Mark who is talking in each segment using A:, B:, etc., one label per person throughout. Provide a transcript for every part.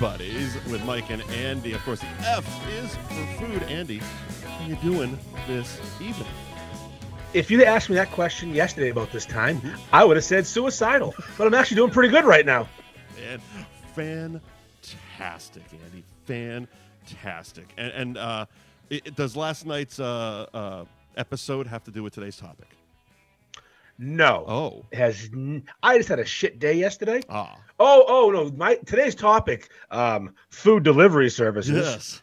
A: Buddies with Mike and Andy. Of course, the F is for food. Andy, how you doing this evening?
B: If you'd asked me that question yesterday about this time,
A: Mm-hmm.
B: I would have said suicidal. But I'm actually doing pretty good right now.
A: And fantastic, Andy. Fantastic. And, and uh, it, it- does last night's uh, uh, episode have to do with today's topic?
B: No,
A: Oh.
B: It has n- I just had a shit day yesterday.
A: Ah.
B: Oh, oh no! My today's topic, um, food delivery services,
A: Yes.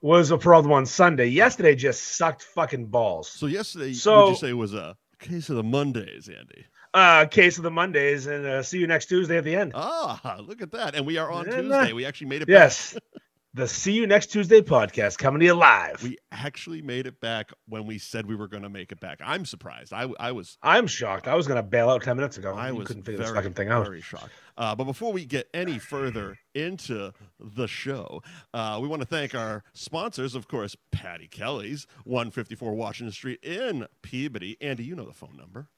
B: was a problem on Sunday. Yesterday just sucked fucking balls.
A: So yesterday,
B: So-
A: would you say was a case of the Mondays, Andy?
B: Uh, case of the Mondays, and uh, see you next Tuesday at the end.
A: Ah, look at that. And we are on
B: Yeah, nah.
A: Tuesday. We actually made it back.
B: Yes, the see you next Tuesday podcast coming to you live.
A: We actually made it back when we said we were going to make it back. I'm surprised. I, I was
B: I'm shocked. I was gonna bail out ten minutes ago.
A: I
B: Oh, you
A: was
B: couldn't figure
A: very,
B: this fucking thing out.
A: very shocked. Uh, but before we get any further into the show, uh, we want to thank our sponsors, of course, Patty Kelly's, 154 Washington Street in Peabody. Andy, you know the phone number.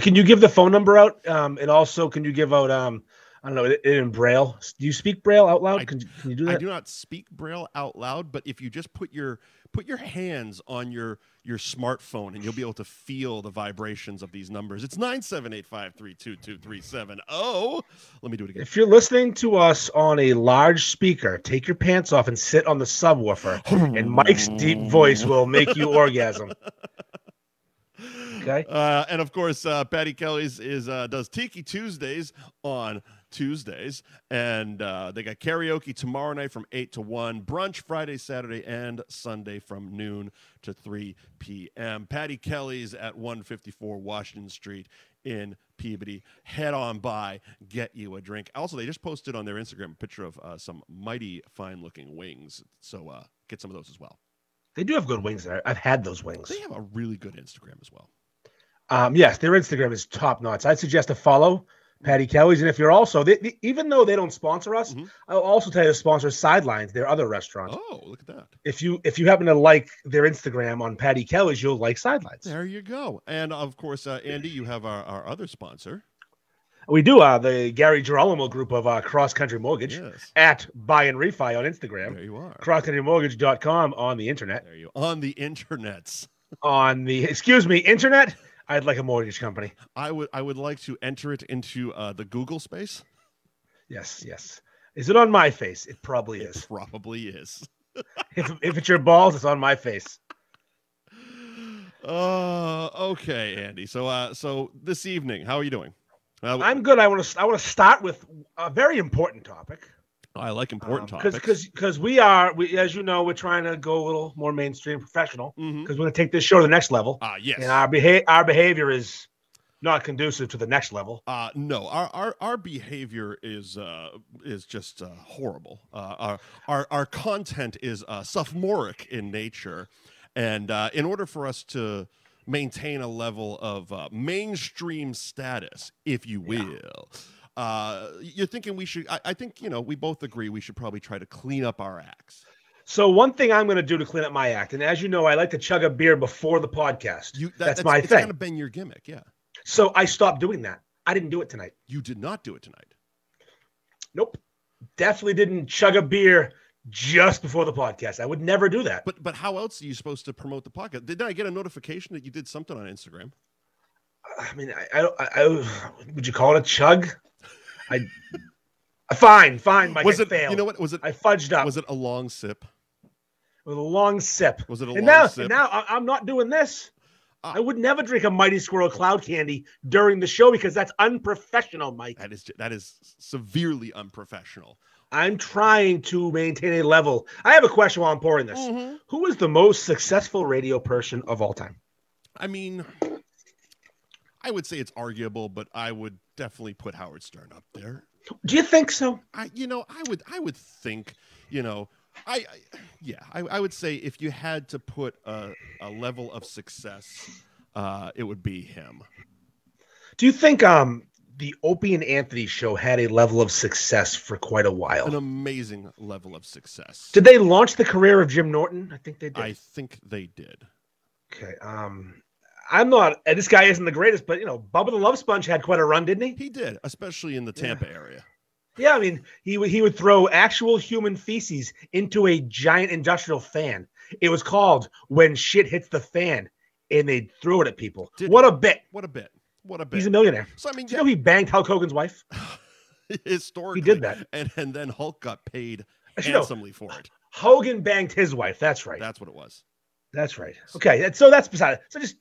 B: Can you give the phone number out? Um, and also, can you give out? Um, I don't know it, it in Braille. Do you speak Braille out
A: I-
B: loud? Can, can you do
A: I
B: that?
A: do not speak Braille out loud, but if you just put your put your hands on your your smartphone and you'll be able to feel the vibrations of these numbers. It's 978-532-2370. oh. Let me do it again.
B: If you're listening to us on a large speaker, take your pants off and sit on the subwoofer, and Mike's deep voice will make you orgasm. Okay.
A: Uh, and of course, uh, Patty Kelly's is uh, does Tiki Tuesdays on Tuesdays, and uh, they got karaoke tomorrow night from eight to one, brunch Friday, Saturday, and Sunday from noon to three p.m. Patty Kelly's at one fifty four Washington Street in Peabody. Head on by, get you a drink. Also, they just posted on their Instagram a picture of uh, some mighty fine looking wings, so uh, get some of those as well.
B: They do have good wings there. I've had those wings.
A: They have a really good Instagram as well.
B: Um, yes, their Instagram is top notch. I'd suggest a follow Patty Kelly's, and if you're also, they, they- even though they don't sponsor us,
A: Mhm.
B: I'll also tell you to sponsor Sidelines, their other restaurant.
A: Oh, look at that.
B: If you if you happen to like their Instagram on Patty Kelly's, you'll like Sidelines.
A: There you go. And of course, uh, Andy, you have our, our other sponsor.
B: We do uh, the Gary Girolamo group of uh, Cross Country Mortgage
A: Yes.
B: at Buy and Refi on Instagram.
A: There you are.
B: crosscountrymortgage.com on the internet.
A: There you on the internets.
B: On the excuse me, internet. I'd like a mortgage company.
A: I would I would like to enter it into uh, the Google space.
B: Yes, yes. Is it on my face? It probably
A: It
B: is.
A: probably is.
B: If, if it's your balls, it's on my face.
A: Uh, okay, Andy. So uh, so this evening, how are you doing? Uh,
B: I'm good. I want to. I want to start with a very important topic. Um,
A: I like important topics.
B: Because because we are we as you know we're trying to go a little more mainstream professional
A: Mhm.
B: Mm-hmm. because we're going to take this show to the next level
A: ah yes.
B: and our behavior our behavior is not conducive to the next level.
A: Uh, no, our, our our behavior is uh, is just uh, horrible. Uh, our, our our content is uh, sophomoric in nature, and uh, in order for us to maintain a level of uh, mainstream status, if you will, uh, you're thinking we should. I, I think you know we both agree we should probably try to clean up our acts.
B: So one thing I'm going to do to clean up my act, and as you know, I like to chug a beer before the podcast.
A: You, that,
B: That's my
A: it's
B: thing.
A: Kind of been your gimmick, yeah.
B: So I stopped doing that. I didn't do it tonight.
A: You did not do it tonight.
B: Nope. Definitely didn't chug a beer just before the podcast. I would never do that.
A: But but how else are you supposed to promote the podcast? Didn't I get a notification that you did something on Instagram?
B: I mean, I, I, don't- I, I would you call it a chug? I fine, fine. Mike,
A: was
B: I
A: it
B: failed.
A: you know what was it
B: I fudged up
A: was it a long sip
B: with a long sip.
A: was it a long
B: And now,
A: sip
B: and now I, I'm not doing this.
A: Ah.
B: I would never drink a Mighty Squirrel Cloud Candy during the show because that's unprofessional, Mike.
A: that is ju- that is severely unprofessional
B: I'm trying to maintain a level. I have a question while I'm pouring this. Who is the most successful radio person of all time?
A: i mean i would say it's arguable but i would definitely put howard stern up there
B: Do you think so?
A: i you know i would i would think you know i, I yeah I, I would say if you had to put a, a level of success uh it would be him
B: Do you think um the Opie and Anthony show had a level of success for quite a while?
A: an amazing level of success
B: Did they launch the career of Jim Norton? I think they did.
A: i think they did
B: Okay. Um, I'm not. uh, This guy isn't the greatest, but you know, Bubba the Love Sponge had quite a run, didn't he?
A: he did especially in the
B: Yeah.
A: tampa area
B: Yeah, I mean, he would he would throw actual human feces into a giant industrial fan. It was called "When Shit Hits the Fan," and they threw it at people.
A: Did-
B: what a bit!
A: What a bit. What a bit.
B: He's a millionaire.
A: so I mean,
B: Did you
A: yeah,
B: know he banged Hulk Hogan's wife?
A: historically,
B: that.
A: and and then Hulk got paid
B: Actually, no.
A: handsomely for it.
B: Hogan banged his wife. That's right.
A: That's what it was.
B: That's right. Okay, that- so that's beside it. So just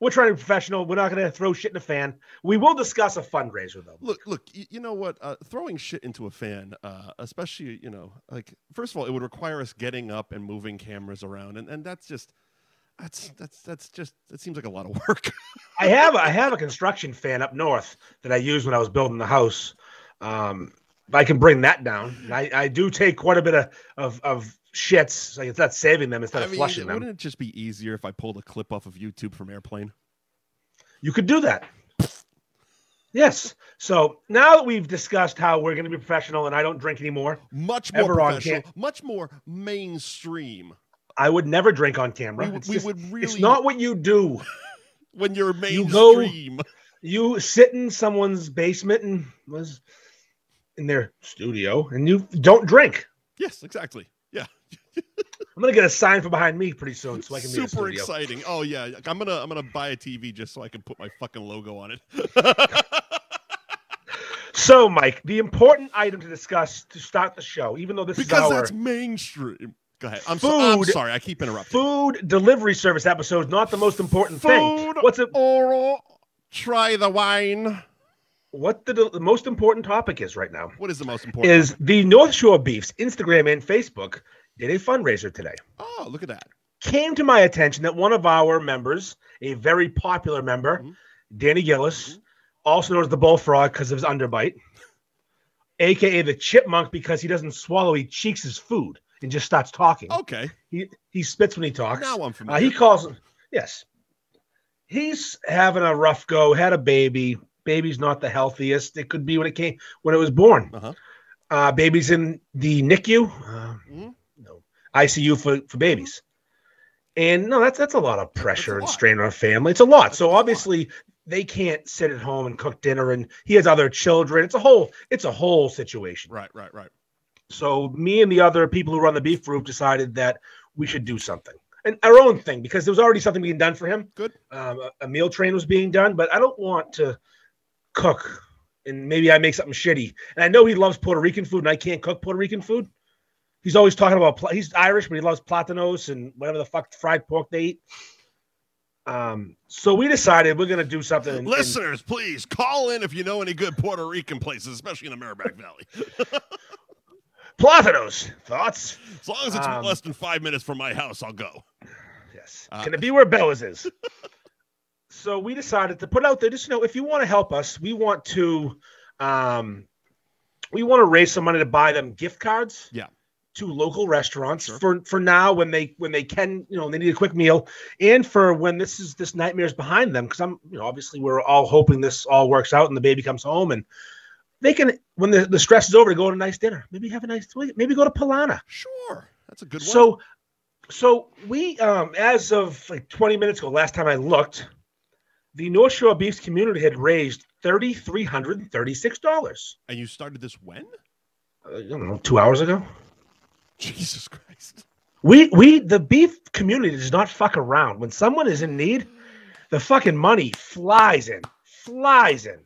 B: we're trying to be professional. We're not going to throw shit in a fan. We will discuss a fundraiser though.
A: Look, look. You, you know what? Uh, throwing shit into a fan, uh, especially you know, like first of all, it would require us getting up and moving cameras around, and and that's just. That's that's that's just that seems like a lot of work.
B: I have a, I have a construction fan up north that I used when I was building the house. Um, I can bring that down. And I, I do take quite a bit of of, of shits. So it's not saving them instead
A: I
B: of
A: mean,
B: flushing them.
A: wouldn't it just be easier if I pulled a clip off of YouTube from airplane?
B: You could do that. Yes. So now that we've discussed how we're going to be professional and I don't drink anymore,
A: Much more
B: Ever on
A: professional, much more mainstream.
B: I would never drink on
A: We,
B: camera.
A: would-
B: it's,
A: we
B: just-
A: would really
B: it's not what you do.
A: when you're
B: You go-
A: mainstream.
B: you sit in someone's basement and was in their studio and you don't drink.
A: yes, exactly. Yeah,
B: I'm gonna get a sign from behind me pretty soon so I can be in the
A: super
B: studio.
A: exciting. Oh yeah, I'm gonna I'm gonna buy a TV just so I can put my fucking logo on it.
B: So, Mike, the important item to discuss to start the show, even though this
A: because that's
B: is
A: mainstream. Go ahead. I'm, so, I'm
B: Food-
A: sorry. I keep
B: our
A: interrupting.
B: food delivery service episode, not the most important thing.
A: Food
B: What's a,
A: Oral. Try the wine.
B: what the, the most important topic is right now
A: What is the most important?
B: is the North Shore Beefs Instagram and Facebook did a fundraiser today.
A: oh, look at that.
B: came to my attention that one of our members, a very popular member,
A: Mhm.
B: Danny Gillis,
A: Mhm.
B: also known as the bullfrog because of his underbite, aka the chipmunk because he doesn't swallow, he cheeks his food and just starts talking.
A: Okay,
B: He, he spits when he talks.
A: Oh. now I'm
B: Uh,
A: familiar.
B: he calls him, yes. He's having a rough go, had a baby. Baby's not the healthiest it could be when it came when it was born.
A: Uh-huh.
B: Uh, baby's in the NICU. Uh,
A: Mhm.
B: No, ICU for, for babies. And no, that's that's a lot of pressure
A: a
B: and
A: lot.
B: strain on a family. It's a lot.
A: That's a
B: so
A: lot.
B: obviously they can't sit at home and cook dinner and he has other children. It's a whole it's a whole situation.
A: right, right, right.
B: So me and the other people who run the beef group decided that we should do something and our own thing because there was already something being done for him.
A: Good.
B: Um, a, a meal train was being done, but I don't want to cook and maybe I make something shitty. And I know he loves Puerto Rican food and I can't cook Puerto Rican food. He's always talking about pla- he's Irish, but he loves platanos and whatever the fuck fried pork they eat. Um, so we decided we're gonna do something. and- and-
A: Listeners, please call in if you know any good Puerto Rican places, especially in the Merrimack Valley.
B: platanos thoughts.
A: As long as it's
B: Um,
A: less than five minutes from my house, I'll go.
B: Yes.
A: Uh,
B: Can it be where Bella's is? so we decided to put out there just you know if you want to help us, we want to um we want to raise some money to buy them gift cards.
A: Yeah.
B: To local restaurants
A: Sure.
B: for for now when they when they can you know they need a quick meal and for when this is this nightmare is behind them because I'm you know obviously we're all hoping this all works out and the baby comes home and they can when the, the stress is over to go to a nice dinner maybe have a nice maybe go to Polana
A: Sure, that's a good one.
B: so, so we, um, as of like 20 minutes ago, last time I looked, the North Shore Beefs community had raised $3,336.
A: and you started this when?
B: Uh, I don't know, two hours ago.
A: Jesus Christ.
B: We, we, the beef community does not fuck around. When someone is in need, the fucking money flies in, flies in.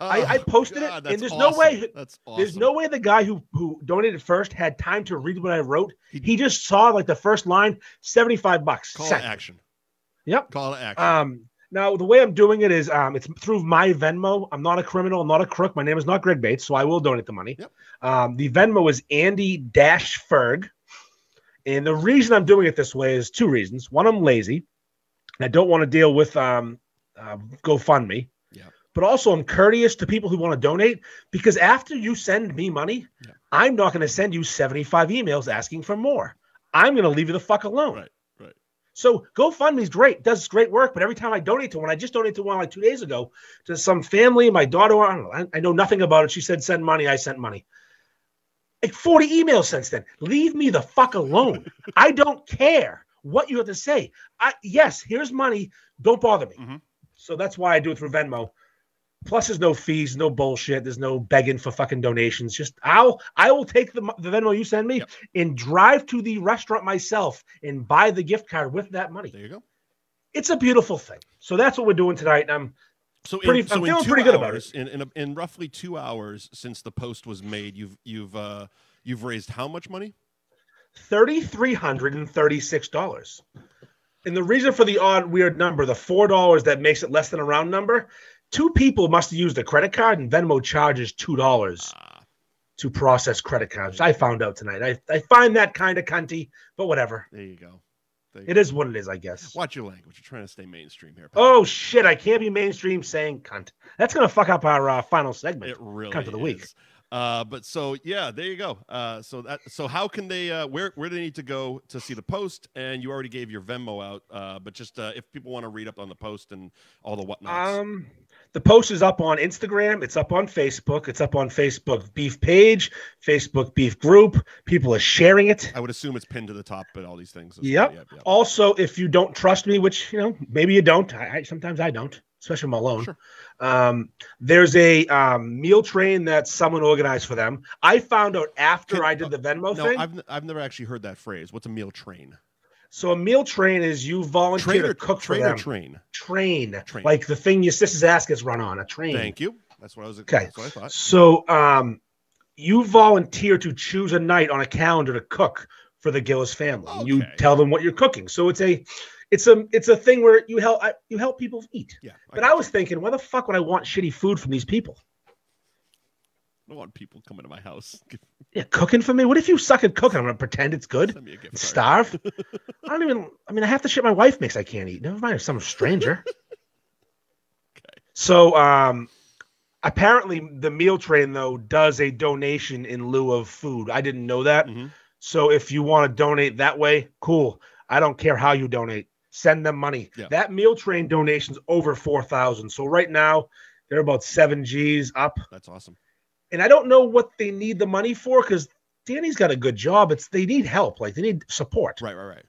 B: I- I posted it, and
A: Oh, that's
B: there's no way-
A: awesome. That's awesome.
B: There's no way the guy who who donated first had time to read what I wrote.
A: He-
B: He, just saw like the first line, seventy five bucks.
A: call
B: sent.
A: to action.
B: Yep.
A: Call to action.
B: Um, now the way I'm doing it is um, it's through my Venmo. I'm not a criminal. I'm not a crook. My name is not Greg Bates, so I will donate the money.
A: Yep.
B: Um, the Venmo is Andy Dash Ferg, and the reason I'm doing it this way is two reasons. One, I'm lazy. And I don't want to deal with um, uh, GoFundMe.
A: Yeah.
B: But also, I'm courteous to people who want to donate because after you send me money,
A: Yeah.
B: I'm not going to send you 75 emails asking for more. I'm going to leave you the fuck alone.
A: Right, right.
B: So GoFundMe's great, does great work. But every time I donate to one, I just donated to one like two days ago to some family. My daughter, I don't know, I, I know nothing about it. She said, send money. I sent money. Like 40 emails since then. Leave me the fuck alone. I don't care what you have to say. I, yes, here's money. Don't bother me.
A: Mhm.
B: So that's why I do it through Venmo. Plus, there's no fees, no bullshit. There's no begging for fucking donations. Just I'll I will take the the Venmo you send me
A: Yep.
B: and drive to the restaurant myself and buy the gift card with that money.
A: There you go.
B: It's a beautiful thing. So that's what we're doing tonight. And I'm
A: So,
B: Pretty-
A: in, so
B: I'm
A: in
B: feeling
A: two
B: pretty good about it.
A: hours, In, in, a- in roughly two hours since the post was made, you've you've uh, you've raised how much money?
B: thirty three hundred and thirty six dollars. And the reason for the odd weird number, the four dollars that makes it less than a round number, two people must have used a credit card, and Venmo charges two dollars
A: Ah,
B: to process credit cards. I found out tonight. I, I find that kind of cunty, but whatever.
A: there you go. There you
B: It is what it is, I guess.
A: Watch your language. We're trying to stay mainstream here. pal.
B: Oh shit! I can't be mainstream saying cunt. That's gonna fuck up our uh, final segment.
A: it really
B: cunt of the week.
A: is. Uh, but so yeah, there you go. Uh, so that so how can they? Uh, where where do they need to go to see the post? And you already gave your Venmo out, uh, but just uh, if people want to read up on the post and all the whatnots.
B: Um, the post is up on Instagram. It's up on Facebook. It's up on Facebook Beef page, Facebook Beef group. People are sharing it.
A: I would assume it's pinned to the top, but all these things. as
B: Yep.
A: well. yep.
B: Also, if you don't trust me, which you know maybe you don't, I, I sometimes I don't, especially when I'm alone.
A: Sure.
B: Um, there's a um, meal train that someone organized for them. I found out after
A: Can-
B: I did the Venmo
A: No,
B: thing.
A: I've, n- I've never actually heard that phrase. What's a meal train?
B: So a meal train is you volunteer
A: Train or
B: to cook
A: train
B: for
A: or
B: them.
A: train?
B: train.
A: Train.
B: like the thing your sister's ass gets run on a train.
A: Thank you. That's what I was.
B: Okay.
A: That's what I thought.
B: So um, you volunteer to choose a night on a calendar to cook for the Gillis family. and You
A: Okay.
B: tell them what you're cooking. So it's a, it's a, it's a thing where you help I- you help people eat.
A: Yeah.
B: But I was thinking, why the fuck would I want shitty food from these people?
A: don't want people coming to my house. Give
B: Yeah, cooking for me. What if you suck at cooking? I'm gonna pretend it's good.
A: send me a gift card.
B: and Starve. I don't even. I mean, I have the shit my wife makes. I can't eat. Never mind if some stranger. So, um, apparently, the meal train though does a donation in lieu of food. I didn't know that.
A: Mhm.
B: So, if you want to donate that way, cool. I don't care how you donate. Send them money.
A: Yeah.
B: That meal train donation's over four thousand. So right now, they're about seven G's up.
A: That's awesome.
B: and I don't know what they need the money for because Danny's got a good job. It's they need help, like they need support,
A: Right. Right. Right.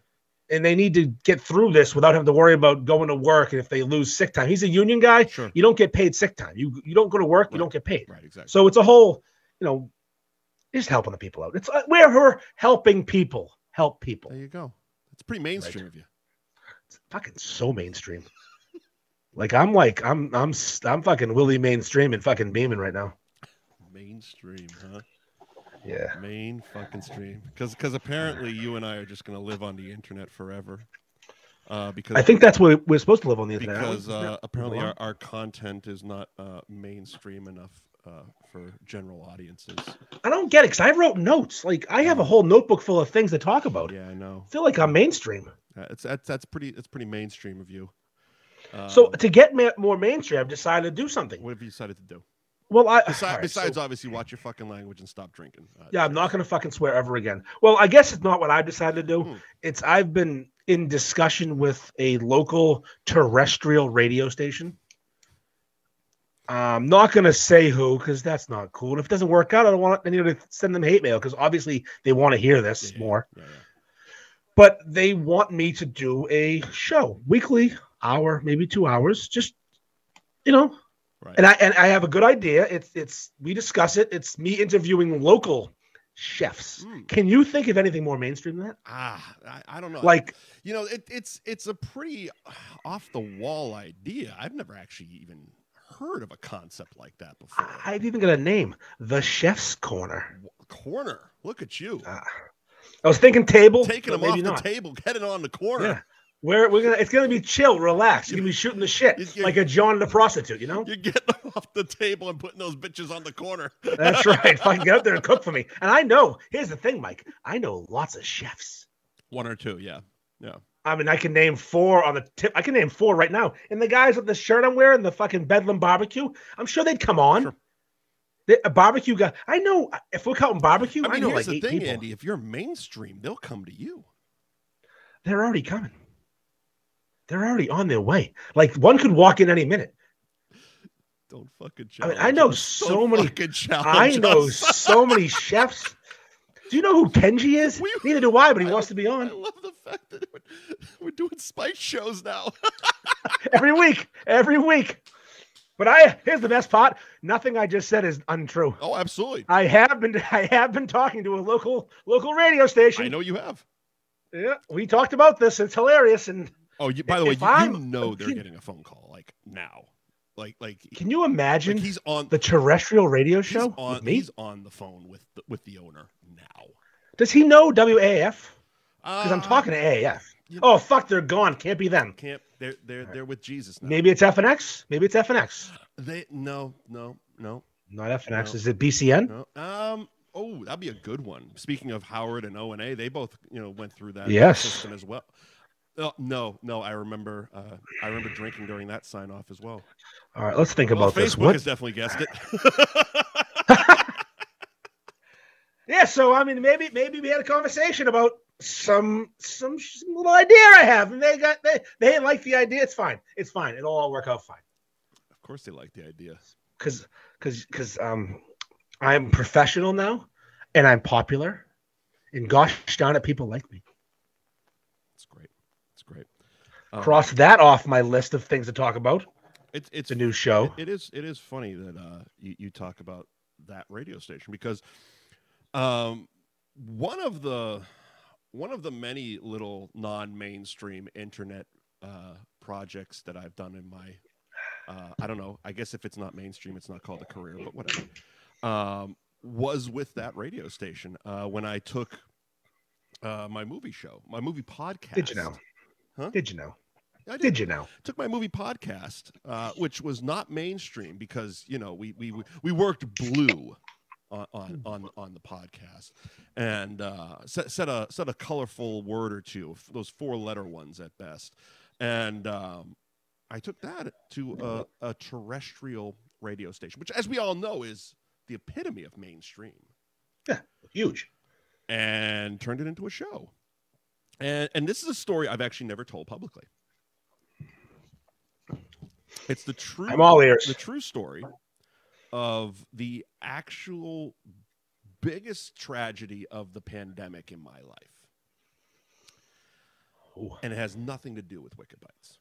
B: and they need to get through this without having to worry about going to work and if they lose sick time. He's a union guy.
A: Sure.
B: You don't get paid sick time. You you don't go to work.
A: Right.
B: You don't get paid.
A: Right. Exactly.
B: So it's a whole, you know, just helping the people out. It's uh, we're her helping people help people.
A: There you go. It's pretty mainstream of you.
B: It's fucking so mainstream. Like I'm like I'm I'm s- I'm fucking Willie mainstream and fucking beaming right now.
A: Mainstream, huh?
B: Yeah.
A: Main fucking stream. Because apparently you and I are just gonna live on the internet forever. Uh, because
B: I think that's where we're supposed to live on the internet.
A: because
B: Isn't that-
A: uh, apparently
B: wrong?
A: our, our content is not uh, mainstream enough uh, for general audiences.
B: I don't get it because I wrote notes. Like I have a whole notebook full of things to talk about.
A: Yeah, I know.
B: I feel like I'm mainstream.
A: Uh, It's that's that's pretty that's pretty mainstream of you. Um,
B: so to get ma- more mainstream, I've decided to do something.
A: what have you decided to do?
B: Well, I
A: Besi-
B: all right,
A: besides, uh,
B: so-
A: obviously, watch your fucking language and stop drinking. Uh,
B: yeah, I'm not going to fucking swear ever again. Well, I guess it's not what I've decided to do.
A: Hmm.
B: It's I've been in discussion with a local terrestrial radio station. I'm not going to say who because that's not cool. And if it doesn't work out, I don't want anyone to send them hate mail because obviously they want to hear this
A: Yeah,
B: more.
A: Yeah, yeah.
B: but they want me to do a show weekly hour maybe two hours just you know
A: Right.
B: and i and i have a good idea it's it's we discuss it it's me interviewing local chefs
A: Mm.
B: can you think of anything more mainstream than that
A: Ah, I, I don't know.
B: like
A: you know it, it's it's a pretty uh, off the wall idea i've never actually even heard of a concept like that before
B: I- i've even got a name the chef's corner
A: W- corner look at you
B: Uh, i was thinking table
A: taking
B: Oh, but
A: them off
B: maybe
A: the table getting on the
B: yeah
A: corner
B: we're, we're gonna it's gonna be chill relax you're gonna be shooting the shit
A: You- you-
B: like a john and the prostitute you know
A: you're getting them off the table and putting those bitches on the corner
B: That's right. Fucking get up there and cook for me. And I know, here's the thing, Mike. I know lots of chefs.
A: one or two yeah
B: I mean, I can name four on the tip. I can name four right now. And the guys with the shirt I'm wearing, the fucking Bedlam barbecue, I'm sure they'd come on.
A: Sure.
B: They- a barbecue guy. I know if we're counting barbecue,
A: i
B: I,
A: mean
B: know
A: here's
B: like
A: the
B: eight
A: thing
B: people.
A: andy if you're mainstream they'll come to you
B: They're already coming. They're already on their way. Like one could walk in any minute.
A: don't fucking
B: I mean,
A: challenge
B: I know
A: us.
B: so
A: Don't
B: many-
A: fucking challenge
B: I know
A: us.
B: so many chefs. Do you know who Kenji is?
A: We-
B: Neither do I, but he
A: I-
B: wants to be
A: I
B: on
A: love the fact that we're, we're doing spike shows now.
B: every week. Every week. But I here's the best part. Nothing I just said is untrue.
A: Oh, absolutely.
B: I have been I have been talking to a local local radio
A: I
B: station.
A: know you have.
B: Yeah, we talked about this. It's hilarious. And
A: Oh, you, by the way,
B: If
A: you, you
B: I'm-
A: know they're
B: can-
A: getting a phone call like now, like like,
B: can you
A: like
B: imagine
A: he's on
B: the terrestrial radio
A: he's
B: show
A: on
B: with me?
A: he's on the phone with the, with the owner now.
B: Does he know WAF? Because I'm
A: Uh,
B: talking to AAF.
A: you-
B: Oh fuck, they're gone. Can't be them.
A: Can't they're they're they're with Jesus now.
B: Maybe it's FNX. Maybe it's FNX.
A: They no no no
B: Not FNX.
A: No.
B: Is it BCN?
A: no. Um. Oh, that'd be a good one. Speaking of Howard and O and A, they both you know went through that
B: Yes.
A: system as well. Oh, no, no, I remember. Uh, I remember drinking during that sign off as well.
B: All right, let's think
A: Well,
B: about this.
A: Facebook
B: What?
A: has definitely guessed it.
B: yeah, so I mean, maybe maybe we had a conversation about some some, sh- some little idea I have, and they got they they didn't like the idea. It's fine. It's fine. It'll all work out fine.
A: of course, they like the idea.
B: Cause cause cause um, I'm professional now, and I'm popular, and gosh darn it, people like me.
A: It's great. It's great. Um,
B: Cross that off my list of things to talk about.
A: It's it's
B: It's a new show.
A: It, it is it is funny that uh, you, you talk about that radio station because um, one of the one of the many little non-mainstream internet uh, projects that I've done in my uh, I don't know I guess if it's not mainstream it's not called a career but whatever um, was with that radio station uh, when I took uh, my movie show my movie podcast
B: Did you know?
A: Huh?
B: Did you know?
A: I did.
B: Did you know?
A: took my movie podcast, uh, which was not mainstream because you know we we we worked blue on on on, on the podcast and uh, set, set a set a colorful word or two, those four letter ones at best, and um, I took that to a, a terrestrial radio station, which, as we all know, is the epitome of mainstream
B: Huge.
A: and turned it into a show. And and this is a story I've actually never told publicly. It's the true
B: I'm all ears.
A: the true story of the actual biggest tragedy of the pandemic in my life.
B: Ooh,
A: And it has nothing to do with Wicked Bites.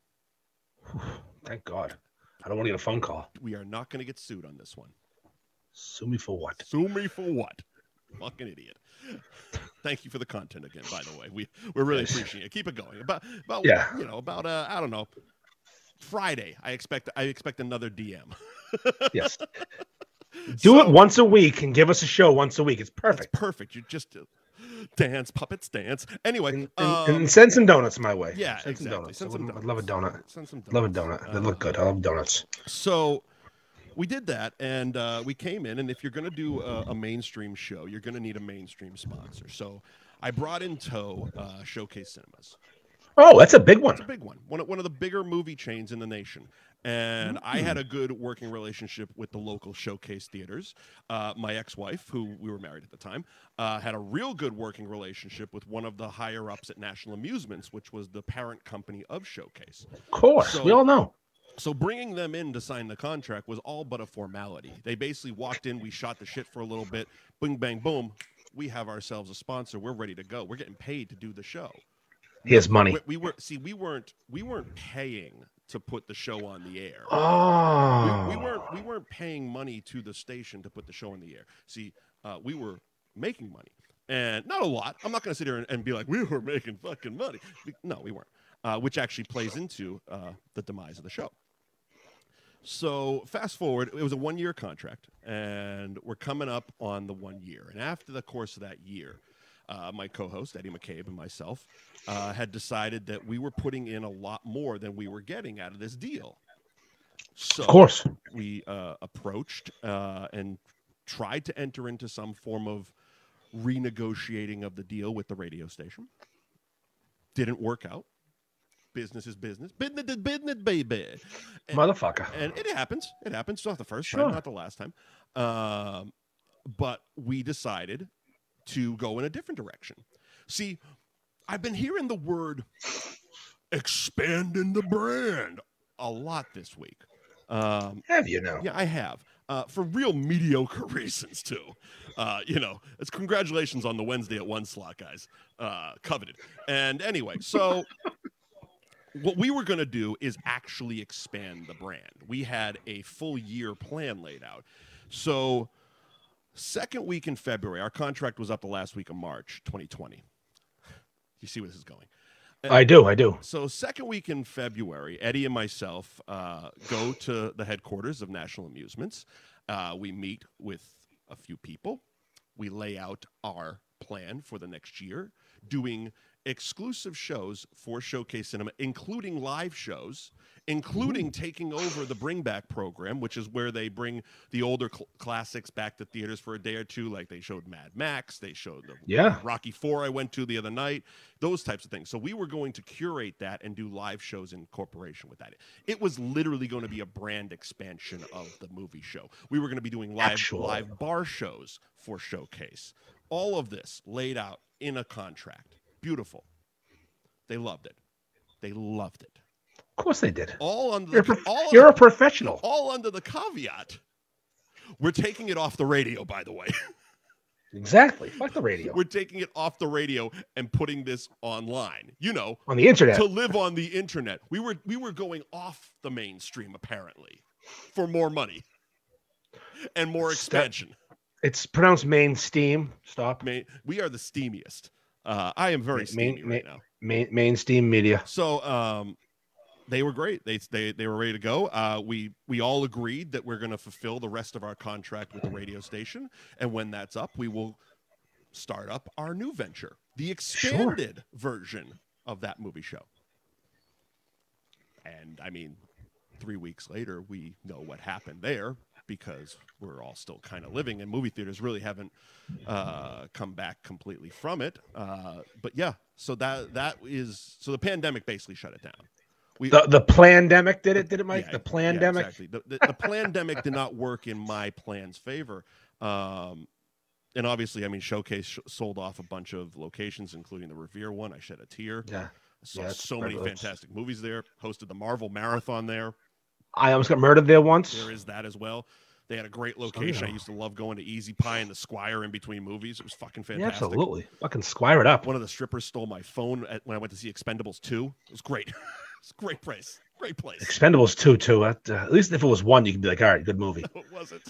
B: thank God. I don't want to get a phone call.
A: We are not going to get sued on this one.
B: Sue me for what?
A: Sue me for what? Fucking idiot. Thank you for the content again, by the way. We we really
B: Yes.
A: appreciate it. Keep it going. About about
B: Yeah.
A: you know, about uh I don't know. Friday, I expect I expect another DM.
B: Yes. Do
A: So,
B: it once a week and give us a show once a week. It's
A: That's
B: perfect.
A: perfect. You just uh, dance, puppets dance. Anyway,
B: And, and,
A: um,
B: and send some donuts my way.
A: yeah,
B: send some
A: exactly.
B: donuts.
A: Send
B: I
A: some
B: would- I'd love a donut.
A: send some
B: Love a
A: donuts.
B: donut. They
A: Uh,
B: look good. I love donuts.
A: So we did that, and uh, we came in. And if you're going to do a, a mainstream show, you're going to need a mainstream sponsor. So I brought in tow uh, Showcase Cinemas.
B: Oh, that's a big
A: It's a
B: one.
A: big one, one of, one of the bigger movie chains in the nation. And I had a good working relationship with the local Showcase theaters. Uh, my ex-wife, who we were married at the time, uh, had a real good working relationship with one of the higher ups at National Amusements, which was the parent company of Showcase.
B: Of course.
A: So-
B: we all know.
A: So bringing them in to sign the contract was all but a formality. They basically walked in, we shot the shit for a little bit, bing bang boom, we have ourselves a sponsor. We're ready to go. We're getting paid to do the show.
B: Here's money.
A: We, we were see we weren't we weren't paying to put the show on the air.
B: Oh.
A: We, we weren't we weren't paying money to the station to put the show on the air. See, uh, we were making money, and not a lot. I'm not going to sit here and, and be like we were making fucking money. We- No, we weren't. Uh, which actually plays into uh, the demise of the show. So fast forward, it was a one-year contract, and we're coming up on the one year. And after the course of that year, uh, my co-host Eddie McCabe and myself uh, had decided that we were putting in a lot more than we were getting out of this deal. So
B: Of course.
A: we uh, approached uh, and tried to enter into some form of renegotiating of the deal with the radio station. Didn't work out. Business is business. Business is business, baby. And,
B: Motherfucker.
A: and it happens. It happens. Not the first
B: Sure.
A: time, not the last time. Um, but we decided to go in a different direction. See, I've been hearing the word expanding the brand a lot this week. Um,
B: Have you now?
A: yeah, I have. Uh, for real mediocre reasons too. Uh, you know, it's congratulations on the Wednesday at one slot, guys. Uh, coveted. And anyway, so what we were going to do is actually expand the brand. We had a full year plan laid out. So, second week in February, our contract was up the last week of March 2020. You see where this is going.
B: I do. I do.
A: So, second week in February, Eddie and myself uh, go to the headquarters of National Amusements. Uh, we meet with a few people. We lay out our plan for the next year, doing exclusive shows for Showcase Cinema, including live shows, including taking over the Bring Back program, which is where they bring the older cl- classics back to theaters for a day or two. Like they showed Mad Max, they showed the
B: Yeah.
A: Rocky Four I went to the other night, those types of things. So we were going to curate that and do live shows in corporation with that. It was literally going to be a brand expansion of the movie show. We were going to be doing live
B: Actual.
A: live bar shows for showcase. All of this laid out in a contract. Beautiful. They loved it. They loved it.
B: Of course they did.
A: All under
B: You're, a
A: the,
B: prof-
A: all,
B: you're
A: under,
B: a professional.
A: all under the caveat. We're taking it off the radio, by the way.
B: Exactly. Fuck the radio.
A: We're taking it off the radio and putting this online. You know,
B: On the internet.
A: to live on the internet. We were we were going off the mainstream apparently for more money and more
B: Step-
A: expansion.
B: It's pronounced main steam. Stop.
A: Man, we are the steamiest. Uh, I am very
B: Ma-
A: steamy
B: ma-
A: right now.
B: Main, main steam media.
A: So um, they were great. They they they were ready to go. Uh, we we all agreed that we're going to fulfill the rest of our contract with the radio station, and when that's up, we will start up our new venture, the expanded version of that movie show. And I mean, three weeks later, we know what happened there because we're all still kind of living, and movie theaters really haven't uh, come back completely from it. Uh, but yeah, so that that is so the pandemic basically shut it down. We,
B: The the pandemic did it, did it, Mike?
A: yeah,
B: the
A: yeah,
B: pandemic.
A: exactly. The, the, the pandemic did not work in my plan's favor. Um, and obviously, I mean, Showcase sh- sold off a bunch of locations, including the Revere one. I shed a tear.
B: Yeah.
A: Saw
B: Yeah, it's
A: so many
B: fabulous.
A: fantastic movies there. Hosted the Marvel Marathon there.
B: I almost got murdered there once.
A: There is that as well. They had a great location. I
B: yeah.
A: used to love going to Easy Pie and the Squire in between movies. It was fucking
B: Yeah,
A: fantastic.
B: absolutely. Fucking squire it up.
A: One of the strippers stole my phone at, when I went to see Expendables 2. It was great. it's a great place. Great place.
B: Expendables two too. That, uh, at least if it was one, you could be like, all right, good movie.
A: No, it wasn't.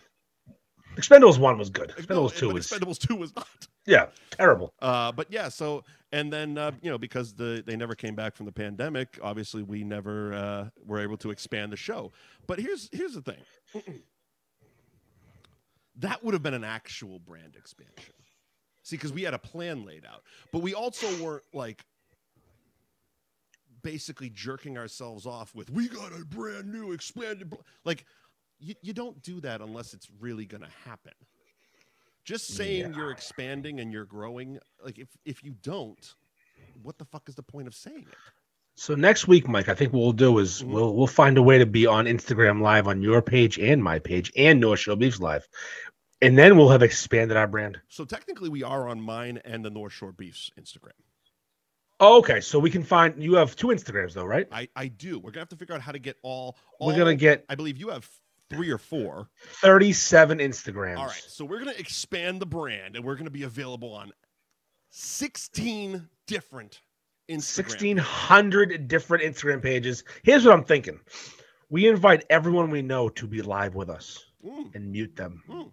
B: Expendables one was good.
A: No,
B: Expendables
A: it-
B: two
A: but
B: was
A: Expendables 2 was not.
B: yeah terrible.
A: Uh, but yeah, so and then uh, you know because the they never came back from the pandemic, obviously we never uh, were able to expand the show. But here's here's the thing. that would have been an actual brand expansion. See, because we had a plan laid out, but we also weren't like basically jerking ourselves off with we got a brand new expanded bl-" like you, you don't do that unless it's really going to happen just saying you're expanding and you're growing like if if you don't what the fuck is the point of saying it
B: So next week, Mike, I think what we'll do is
A: Mhm.
B: we'll we'll find a way to be on Instagram Live on your page and my page and North Shore Beefs Live, and then we'll have expanded our brand.
A: so technically we are on mine and the north shore beefs instagram
B: Oh, okay, so we can find you have two Instagrams though, right?
A: i i do we're gonna have to figure out how to get all, all
B: We're gonna get
A: i believe you have three or four
B: thirty-seven Instagrams.
A: all right so we're gonna expand the brand and we're gonna be available on 16 different instagram
B: Sixteen hundred different Instagram pages. Here's what I'm thinking: we invite everyone we know to be live with us
A: Mm,
B: and mute them.
A: mm.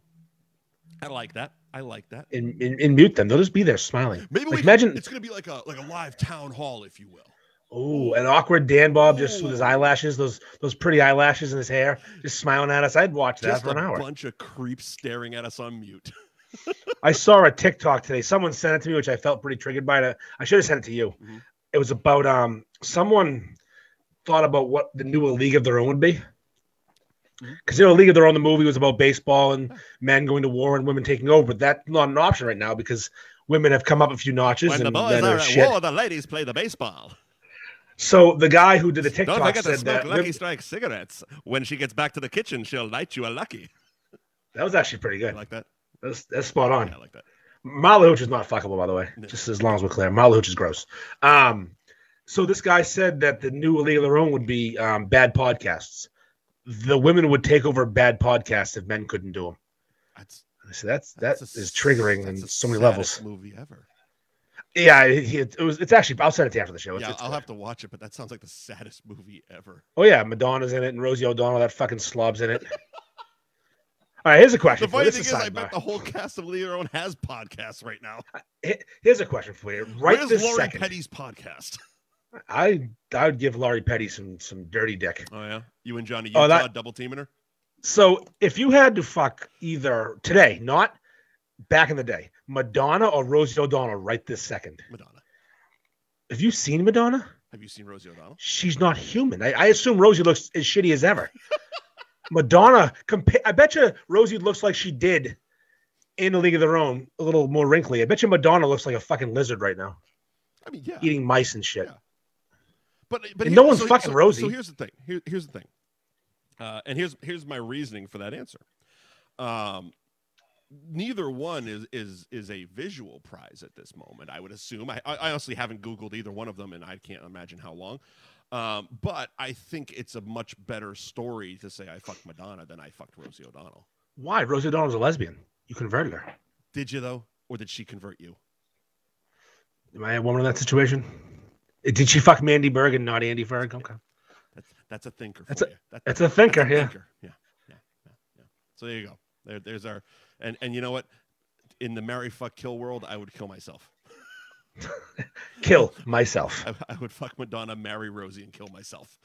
A: i like that i like that
B: And, and, and mute them. They'll just be there smiling.
A: maybe
B: Like,
A: we
B: imagine-
A: it's gonna be like a like a live town hall if you will
B: Oh, an awkward Dan Bob just with his
A: Ooh.
B: eyelashes, those those pretty eyelashes in his hair, just smiling at us. I'd watch that
A: just
B: for an
A: a
B: hour.
A: bunch of creeps staring at us on mute
B: I saw a TikTok today. Someone sent it to me, which I felt pretty triggered by. It. I should have sent it to you.
A: Mhm.
B: It was about um someone thought about what the new League of Their Own would be.
A: Mhm.
B: Because you know, League of Their Own, the movie was about baseball and men going to war and women taking over, but that's not an option right now because women have come up a few notches
A: When
B: and
A: the boys
B: men
A: are
B: are
A: at
B: shit.
A: war, the ladies play the baseball.
B: So the guy who did the TikTok
A: Don't forget
B: said
A: to smoke
B: that
A: Lucky
B: women-
A: Strike cigarettes. When she gets back to the kitchen, she'll light you a lucky.
B: that was actually pretty
A: You
B: good.
A: like that?
B: That's, that's spot on.
A: Yeah, I like that.
B: Molly Hooch is not fuckable, by the way.
A: No.
B: Just as long as we're clear, Molly Hooch is gross. Um, so this guy said that the new Illegal Their Own would be um, bad podcasts. The women would take over bad podcasts if men couldn't do them.
A: That's,
B: I said that's
A: that's
B: that's
A: a-
B: triggering
A: that's
B: on
A: the
B: so many
A: saddest
B: levels.
A: Movie ever.
B: Yeah, it, it was. It's actually. I'll send it to you after the show. It's,
A: yeah,
B: it's
A: I'll
B: good.
A: have to watch it, but that sounds like the saddest movie ever.
B: Oh yeah, Madonna's in it, and Rosie O'Donnell. That fucking slob's in it. All right, here's a question.
A: The
B: for you.
A: funny
B: This
A: thing is,
B: is
A: I
B: sidebar.
A: bet the whole cast of Leader Own has podcasts right now.
B: He- Here's a question for you. Right
A: Where's
B: this
A: Lori
B: second,
A: Petty's podcast?
B: I I would give Laurie Petty some some dirty dick.
A: Oh yeah, you and Johnny Utah
B: Oh, that-
A: double teaming her.
B: So if you had to fuck either today, not back in the day, Madonna or Rosie O'Donnell, right this second,
A: Madonna,
B: have you seen Madonna?
A: have you seen Rosie O'Donnell?
B: She's not human. I, I assume Rosie looks as shitty as ever. Madonna, compa- I bet you Rosie looks like she did in the League of Their Own, a little more wrinkly. I bet you Madonna looks like a fucking lizard right now,
A: I mean, yeah,
B: eating mice and shit.
A: Yeah. But but
B: And no one's fucking
A: so,
B: Rosie.
A: So here's the thing. Here, here's the thing. Uh, and here's here's my reasoning for that answer. Um, neither one is is is a visual prize at this moment. I would assume. I, I honestly haven't Googled either one of them, and I can't imagine how long. Um, but I think it's a much better story to say I fucked Madonna than I fucked Rosie O'Donnell.
B: Why? Rosie O'Donnell's a lesbian. You converted her.
A: Did you though, or did she convert you?
B: Am I a woman in that situation? Did she fuck Mandy Berg and not Andy Berg? Okay.
A: That's that's a thinker.
B: That's
A: for
B: a-
A: you. That-
B: It's a thinker,
A: Yeah.
B: yeah.
A: Yeah. Yeah. Yeah. Yeah. So there you go. There, there's our, and, and you know what? In the marry, fuck, kill world, I would kill myself.
B: Kill myself.
A: I, I would fuck Madonna, marry Rosie, and kill myself.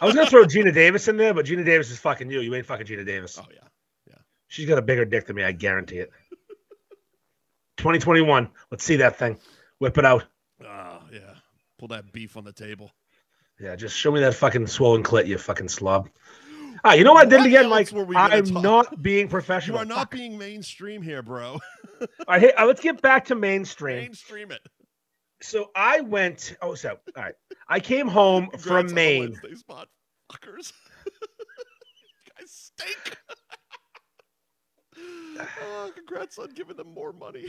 B: I was gonna throw Gina Davis in there, but Gina Davis is fucking you. You ain't fucking Gina Davis.
A: Oh, yeah.
B: She's got a bigger dick than me, I guarantee it. 2021. Let's see that thing. Whip it out.
A: Oh, yeah. Pull that beef on the table.
B: Yeah, just show me that fucking swollen clit, you fucking slob. Ah, you know what I did
A: What
B: it again,
A: else
B: Mike?
A: were we gonna
B: I'm
A: talk-
B: not being
A: You
B: professional.
A: are not
B: Fuck.
A: being mainstream here, bro.
B: All right, hey, uh, let's get back to mainstream.
A: Mainstream it.
B: So I went. Oh, so all right. I came home
A: Congrats on
B: from
A: the
B: Maine.
A: Wednesday spot, fuckers. You guys stink. oh, congrats on giving them more money.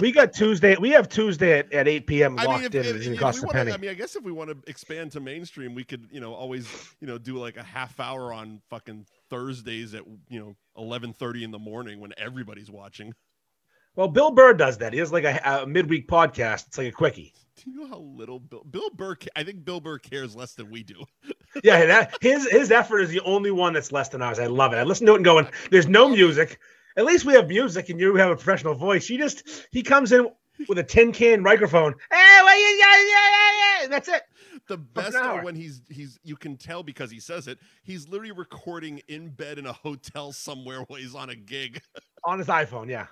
B: we got Tuesday. We have Tuesday at, at 8 p.m. locked
A: I mean, if,
B: in.
A: if-
B: it doesn't
A: if
B: cost
A: we
B: a
A: wanna-
B: penny.
A: I mean, I guess if we want to expand to mainstream, we could, you know, always, you know, do like a half hour on fucking Thursdays at, you know, eleven thirty in the morning when everybody's watching.
B: well, Bill Burr does that. He has like a, a midweek podcast. It's like a quickie.
A: Do you know how little Bill Bill Burr? ca- I think Bill Burr cares less than we do.
B: Yeah, that his his effort is the only one that's less than ours. I love it. I listen to it and going, there's no music. At least we have music, and you have a professional voice. You just he comes in with a tin can microphone. Hey, what you yeah, yeah, yeah, yeah," and that's it.
A: The best
B: hour.
A: are when he's he's you can tell because he says it. He's literally recording in bed in a hotel somewhere while he's on a gig,
B: On his iPhone, yeah.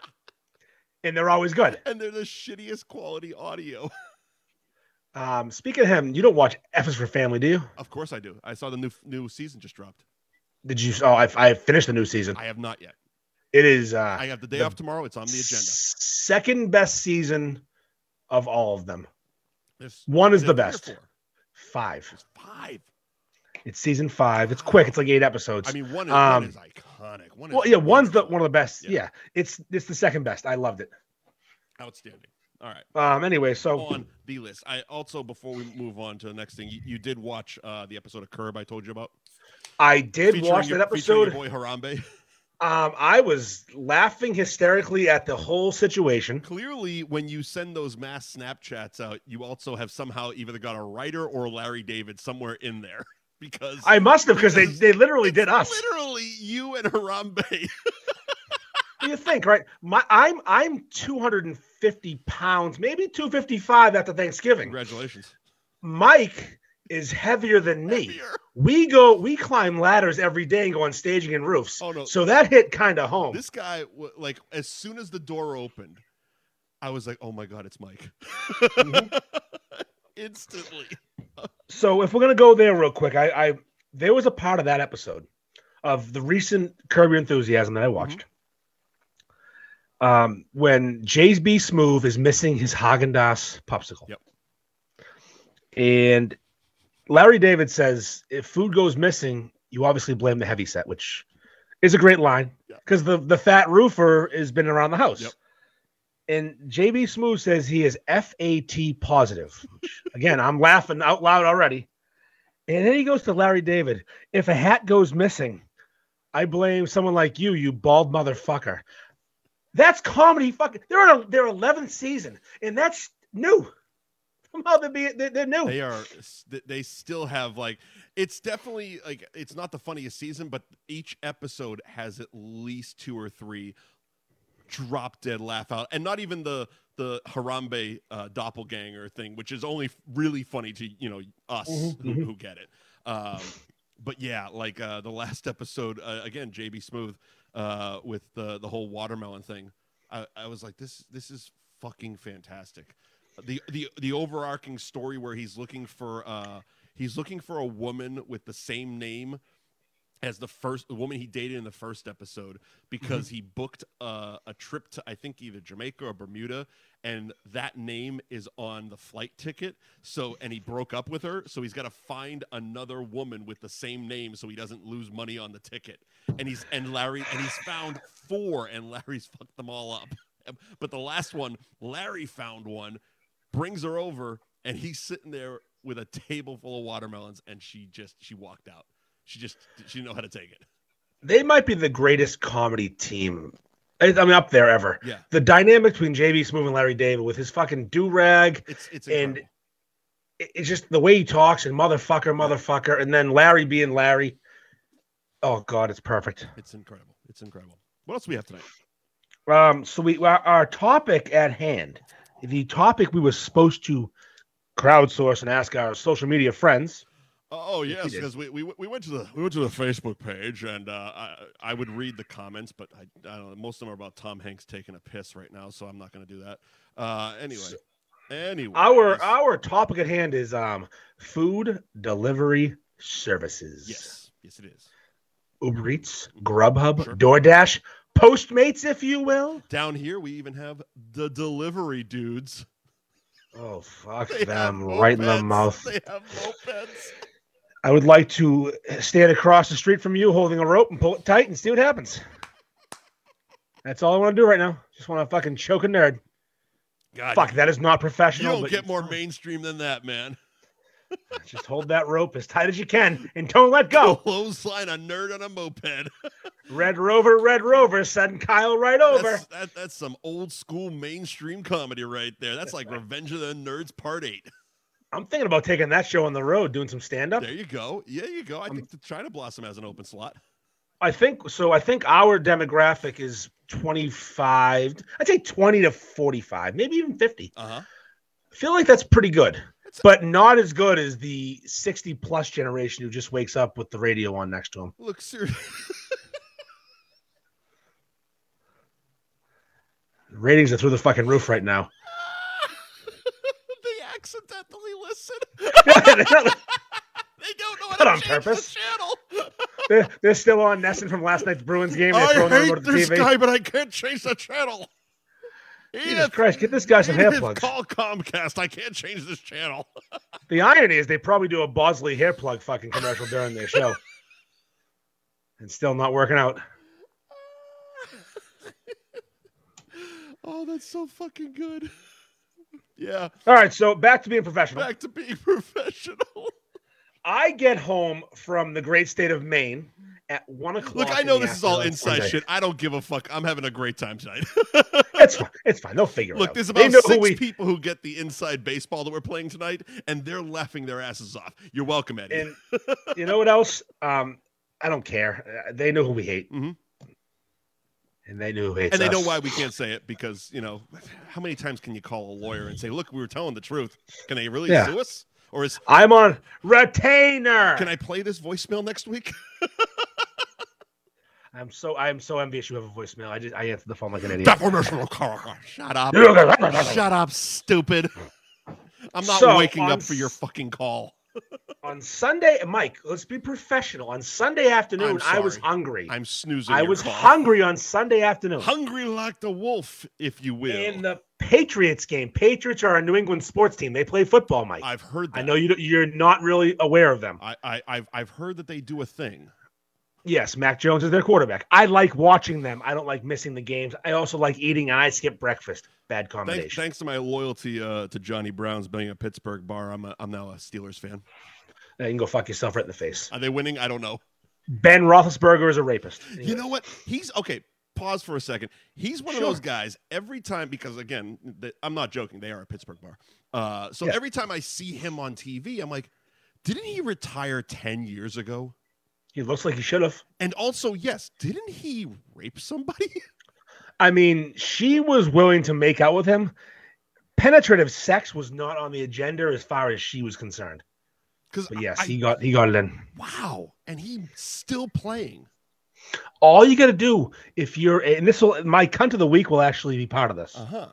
B: And they're always good.
A: and they're the shittiest quality audio.
B: Um, speaking of him, you don't watch F is for Family, do you?
A: Of course, I do. I saw the new new season just dropped.
B: Did you? Oh, I, I finished the new season.
A: I have not yet.
B: It is. Uh,
A: I have the day
B: The
A: off tomorrow. It's on the agenda.
B: Second best season of all of them.
A: There's
B: One is
A: Is
B: the
A: it three or
B: best.
A: four?
B: Five.
A: There's five.
B: It's season five. It's quick. It's like eight episodes.
A: I mean, one is, one
B: Um,
A: is iconic. One is
B: well, yeah, one's the one of the best.
A: Yeah.
B: Yeah. it's it's the second best. I loved it.
A: outstanding. All right,
B: Um, anyway, so
A: on the list. I also before we move on to the next thing, you, you did watch uh, the episode of Curb I told you about.
B: I did
A: Featuring
B: watch
A: your-
B: that
A: featuring
B: episode.
A: Your boy Harambe.
B: Um, I was laughing hysterically at the whole situation.
A: Clearly, when you send those mass Snapchats out, you also have somehow either got a writer or Larry David somewhere in there because
B: I must have because they they literally
A: it's
B: did us.
A: Literally, you and Harambe.
B: What do you think, right? My I'm I'm 250 pounds, maybe 255 after Thanksgiving.
A: Congratulations.
B: Mike is heavier than me.
A: Happier.
B: We go, we climb ladders every day and go on staging and roofs.
A: Oh, no.
B: So that hit kind of home.
A: This guy, wa- like, as soon as the door opened, I was like, "Oh my god, it's Mike!" Instantly.
B: so if we're gonna go there real quick, I, I there was a part of that episode of the recent Curb Your Enthusiasm that I
A: Mm-hmm.
B: watched. Um, when Jay's B Smooth is missing his Haagen Dazs popsicle.
A: Yep.
B: And Larry David says, if food goes missing, you obviously blame the heavy set, which is a great line
A: Yeah.
B: because the the fat roofer has been around the house.
A: Yep.
B: And JB Smooth says he is FAT positive. which, Again, I'm laughing out loud already. And then he goes to Larry David. If a hat goes missing, I blame someone like you, you bald motherfucker. That's comedy. Fucking, they're in a, their 11th season, and that's new. Somehow they're, being, they're, they're new.
A: They are. They still have like. It's definitely like it's not the funniest season, but each episode has at least two or three drop dead laugh out, and not even the the Harambe uh, doppelganger thing, which is only really funny to you know us
B: Mhm,
A: who,
B: mhm.
A: who get it. Um, but yeah, like uh, the last episode uh, again, JB Smooth uh, with the the whole watermelon thing. I, I was like, this this is fucking fantastic. The the the overarching story where he's looking for uh, he's looking for a woman with the same name as the first the woman he dated in the first episode because he booked a, a trip to I think either Jamaica or Bermuda, and that name is on the flight ticket. So and he broke up with her, so he's got to find another woman with the same name so he doesn't lose money on the ticket. And he's and Larry and he's found four, and Larry's fucked them all up. But the last one, Larry found one, brings her over, and he's sitting there with a table full of watermelons, and she just she walked out. She just she didn't know how to take it.
B: They might be the greatest comedy team. I I mean, up there ever.
A: Yeah.
B: The dynamic between JB Smoove and Larry David with his fucking do rag
A: It's it's
B: And-
A: incredible.
B: it- it's just the way he talks and motherfucker, motherfucker, and then Larry being Larry. Oh God, it's perfect.
A: it's incredible. It's incredible. What else do we have tonight?
B: Um, so we our, our topic at hand, the topic we were supposed to crowdsource and ask our social media friends.
A: Oh, oh
B: Yes,
A: yes,
B: we did.
A: because we, we we went to the we went to the Facebook page and uh, I I would read the comments, but I, I don't know. Most of them are about Tom Hanks taking a piss right now, so I'm not going to do that. Uh, anyway,
B: So-
A: anyway,
B: Our our topic at hand is um food delivery services.
A: yes, yes, it is
B: Uber Eats, Grubhub,
A: Sure.
B: DoorDash, Postmates, if you will.
A: down here. We even have the delivery dudes.
B: Oh fuck
A: They have
B: them right in the
A: mopeds.
B: mouth.
A: They have mopeds.
B: I would like to stand across the street from you holding a rope and pull it tight and see what happens. That's all I want to do right now. Just want to fucking choke a nerd.
A: God,
B: Fuck, that is not
A: you
B: professional.
A: don't
B: but-
A: get more mainstream than that, man.
B: Just hold that rope as tight as you can and don't let go.
A: Clothesline a nerd on a moped.
B: Red Rover, Red Rover, send Kyle right over.
A: That's, that, that's some old school mainstream comedy right there. That's like Revenge of the Nerds Part Eight.
B: I'm thinking about taking that show on the road, doing some stand up.
A: There you go. Yeah, you go. I
B: Um,
A: think the China Blossom has an open slot.
B: I think so. I think our demographic is 25, I'd say 20 to 45, maybe even 50.
A: Uh huh.
B: I feel like that's pretty good,
A: That's-
B: but not as good as the 60 plus generation who just wakes up with the radio on next to him.
A: Look, sir.
B: Ratings are through the fucking roof right now.
A: they accidentally listen.
B: they're,
A: They don't know how
B: Not
A: to
B: on
A: change
B: purpose.
A: the channel.
B: they're still on Nesson from last night's Bruins game. They're
A: I
B: throwing the remote
A: hate
B: at the
A: this
B: TV.
A: guy, but I can't change the channel.
B: Jesus
A: Edith,
B: Christ, get this guy some hair
A: Edith,
B: plugs.
A: call Comcast. I can't change this channel.
B: The irony is they probably do a Bosley hair plug fucking commercial during their show. And still not working out.
A: oh, that's so fucking good. Yeah,
B: All right, so back to being professional.
A: back to being professional.
B: I get home from the great state of Maine at one o'clock.
A: Look, I
B: in
A: know
B: the
A: this is all
B: afternoon on
A: inside
B: Sunday.
A: shit. I don't give a fuck. I'm having a great time tonight.
B: It's fine. It's fine. They'll figure it out.
A: Look, there's
B: They
A: about
B: know who
A: six
B: we-
A: people who get the inside baseball that we're playing tonight, and they're laughing their asses off. You're welcome, Eddie.
B: And you know what else? Um, I don't care. Uh, They know who we hate,
A: Mhm.
B: and they know who hates
A: and they know
B: us.
A: why we can't say it because you know how many times can you call a lawyer and say, "Look, we were telling the truth." Can they really
B: Yeah.
A: sue us? Or is
B: I'm on retainer.
A: can I play this voicemail next week?
B: I'm so I'm so envious. You have a voicemail. I just I answered the phone like an idiot.
A: Defamation character. Shut up.
B: Shut
A: Shut up, stupid. I'm not
B: So,
A: waking
B: on
A: up for your
B: s-
A: fucking call.
B: on Sunday, Mike. Let's be professional. On Sunday afternoon, I was
A: sorry.
B: hungry.
A: I'm snoozing.
B: I
A: your
B: was
A: call.
B: hungry on Sunday afternoon.
A: Hungry like the wolf, if you will.
B: in the Patriots game. Patriots are a New England sports team. They play football, Mike. I,
A: I've heard that.
B: know you. don't- You're not really aware of them.
A: I, I, I've, I've heard that they do a thing.
B: Yes, Mac Jones is their quarterback. I like watching them. I don't like missing the games. I also like eating, and I skip breakfast. Bad
A: Thanks,
B: combination.
A: thanks to my loyalty uh, to Johnny Brown's being a Pittsburgh bar, I'm, a, I'm now a Steelers fan.
B: Uh, you can go fuck yourself right in the face.
A: Are they winning? I don't know.
B: Ben Roethlisberger is a rapist.
A: You know what? He's okay. pause for a second. He's one
B: Sure.
A: of those guys every time because again, th- I'm not joking. They are a Pittsburgh bar. Uh, so
B: Yeah.
A: every time I see him on TV, I'm like, didn't he retire ten years ago?
B: He looks like he should have.
A: And also, yes, didn't he rape somebody?
B: I mean, she was willing to make out with him. Penetrative sex was not on the agenda as far as she was concerned.
A: Because
B: But yes, he got he got it in.
A: wow, and he's still playing.
B: All you got to do if you're and this will my cunt of the week will actually be part of this.
A: Uh huh.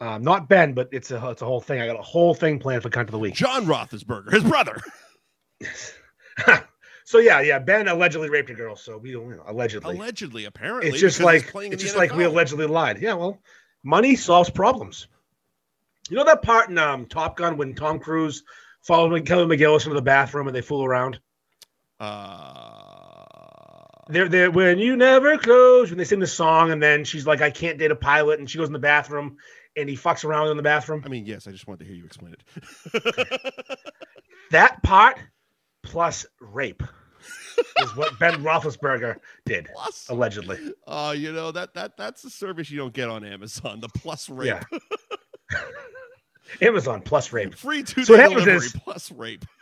B: Um, not Ben, but it's a it's a whole thing. I got a whole thing planned for cunt of the week.
A: John Roethlisberger, his brother.
B: so yeah, yeah, Ben allegedly raped a girl. So we don't you know, allegedly.
A: allegedly, apparently.
B: it's just
A: because he's
B: like
A: playing in
B: it's
A: the
B: just like we
A: NFL.
B: allegedly lied. Yeah, well, money solves problems. You know that part in um, Top Gun when Tom Cruise followed Kelly McGillis into the bathroom and they fool around.
A: Uh,
B: They're there when you never close when they sing the song and then she's like, I can't date a pilot, and she goes in the bathroom and he fucks around in the bathroom.
A: I mean, yes, I just wanted to hear you explain it.
B: That part plus rape is what Ben Roethlisberger did
A: plus,
B: allegedly.
A: uh, you know that that that's a service you don't get on Amazon. The plus rape,
B: Yeah. Amazon plus rape.
A: free two
B: So
A: day
B: what happens
A: delivery
B: is-
A: plus rape.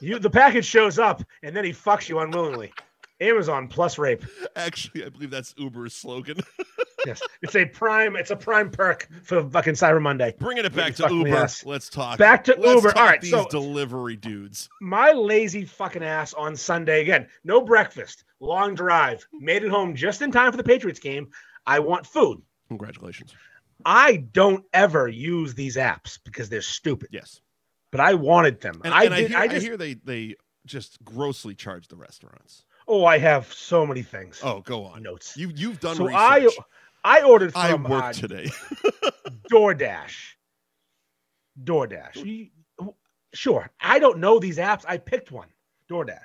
B: You the package shows up and then he fucks you unwillingly. Amazon plus rape.
A: Actually, I believe that's Uber's slogan.
B: Yes. It's a prime, it's a prime perk for fucking Cyber Monday.
A: Bringing it back to
B: fuck me,
A: Uber.
B: yes.
A: Let's talk.
B: Back to
A: Let's
B: Uber.
A: talk
B: All right,
A: these
B: so-
A: delivery dudes.
B: My lazy fucking ass on Sunday again. No breakfast, long drive, made it home just in time for the Patriots game. I want food.
A: Congratulations.
B: I don't ever use these apps because they're stupid,
A: Yes,
B: but I wanted them.
A: and,
B: I
A: and
B: did.
A: hear,
B: I just.
A: hear they they just grossly charge the restaurants.
B: oh, I have so many things.
A: Oh, go on.
B: notes.
A: You you've done
B: so
A: research.
B: I, I ordered
A: I,
B: from
A: worked
B: uh,
A: today.
B: DoorDash. DoorDash. You- Sure. I don't know these apps. I picked one. DoorDash.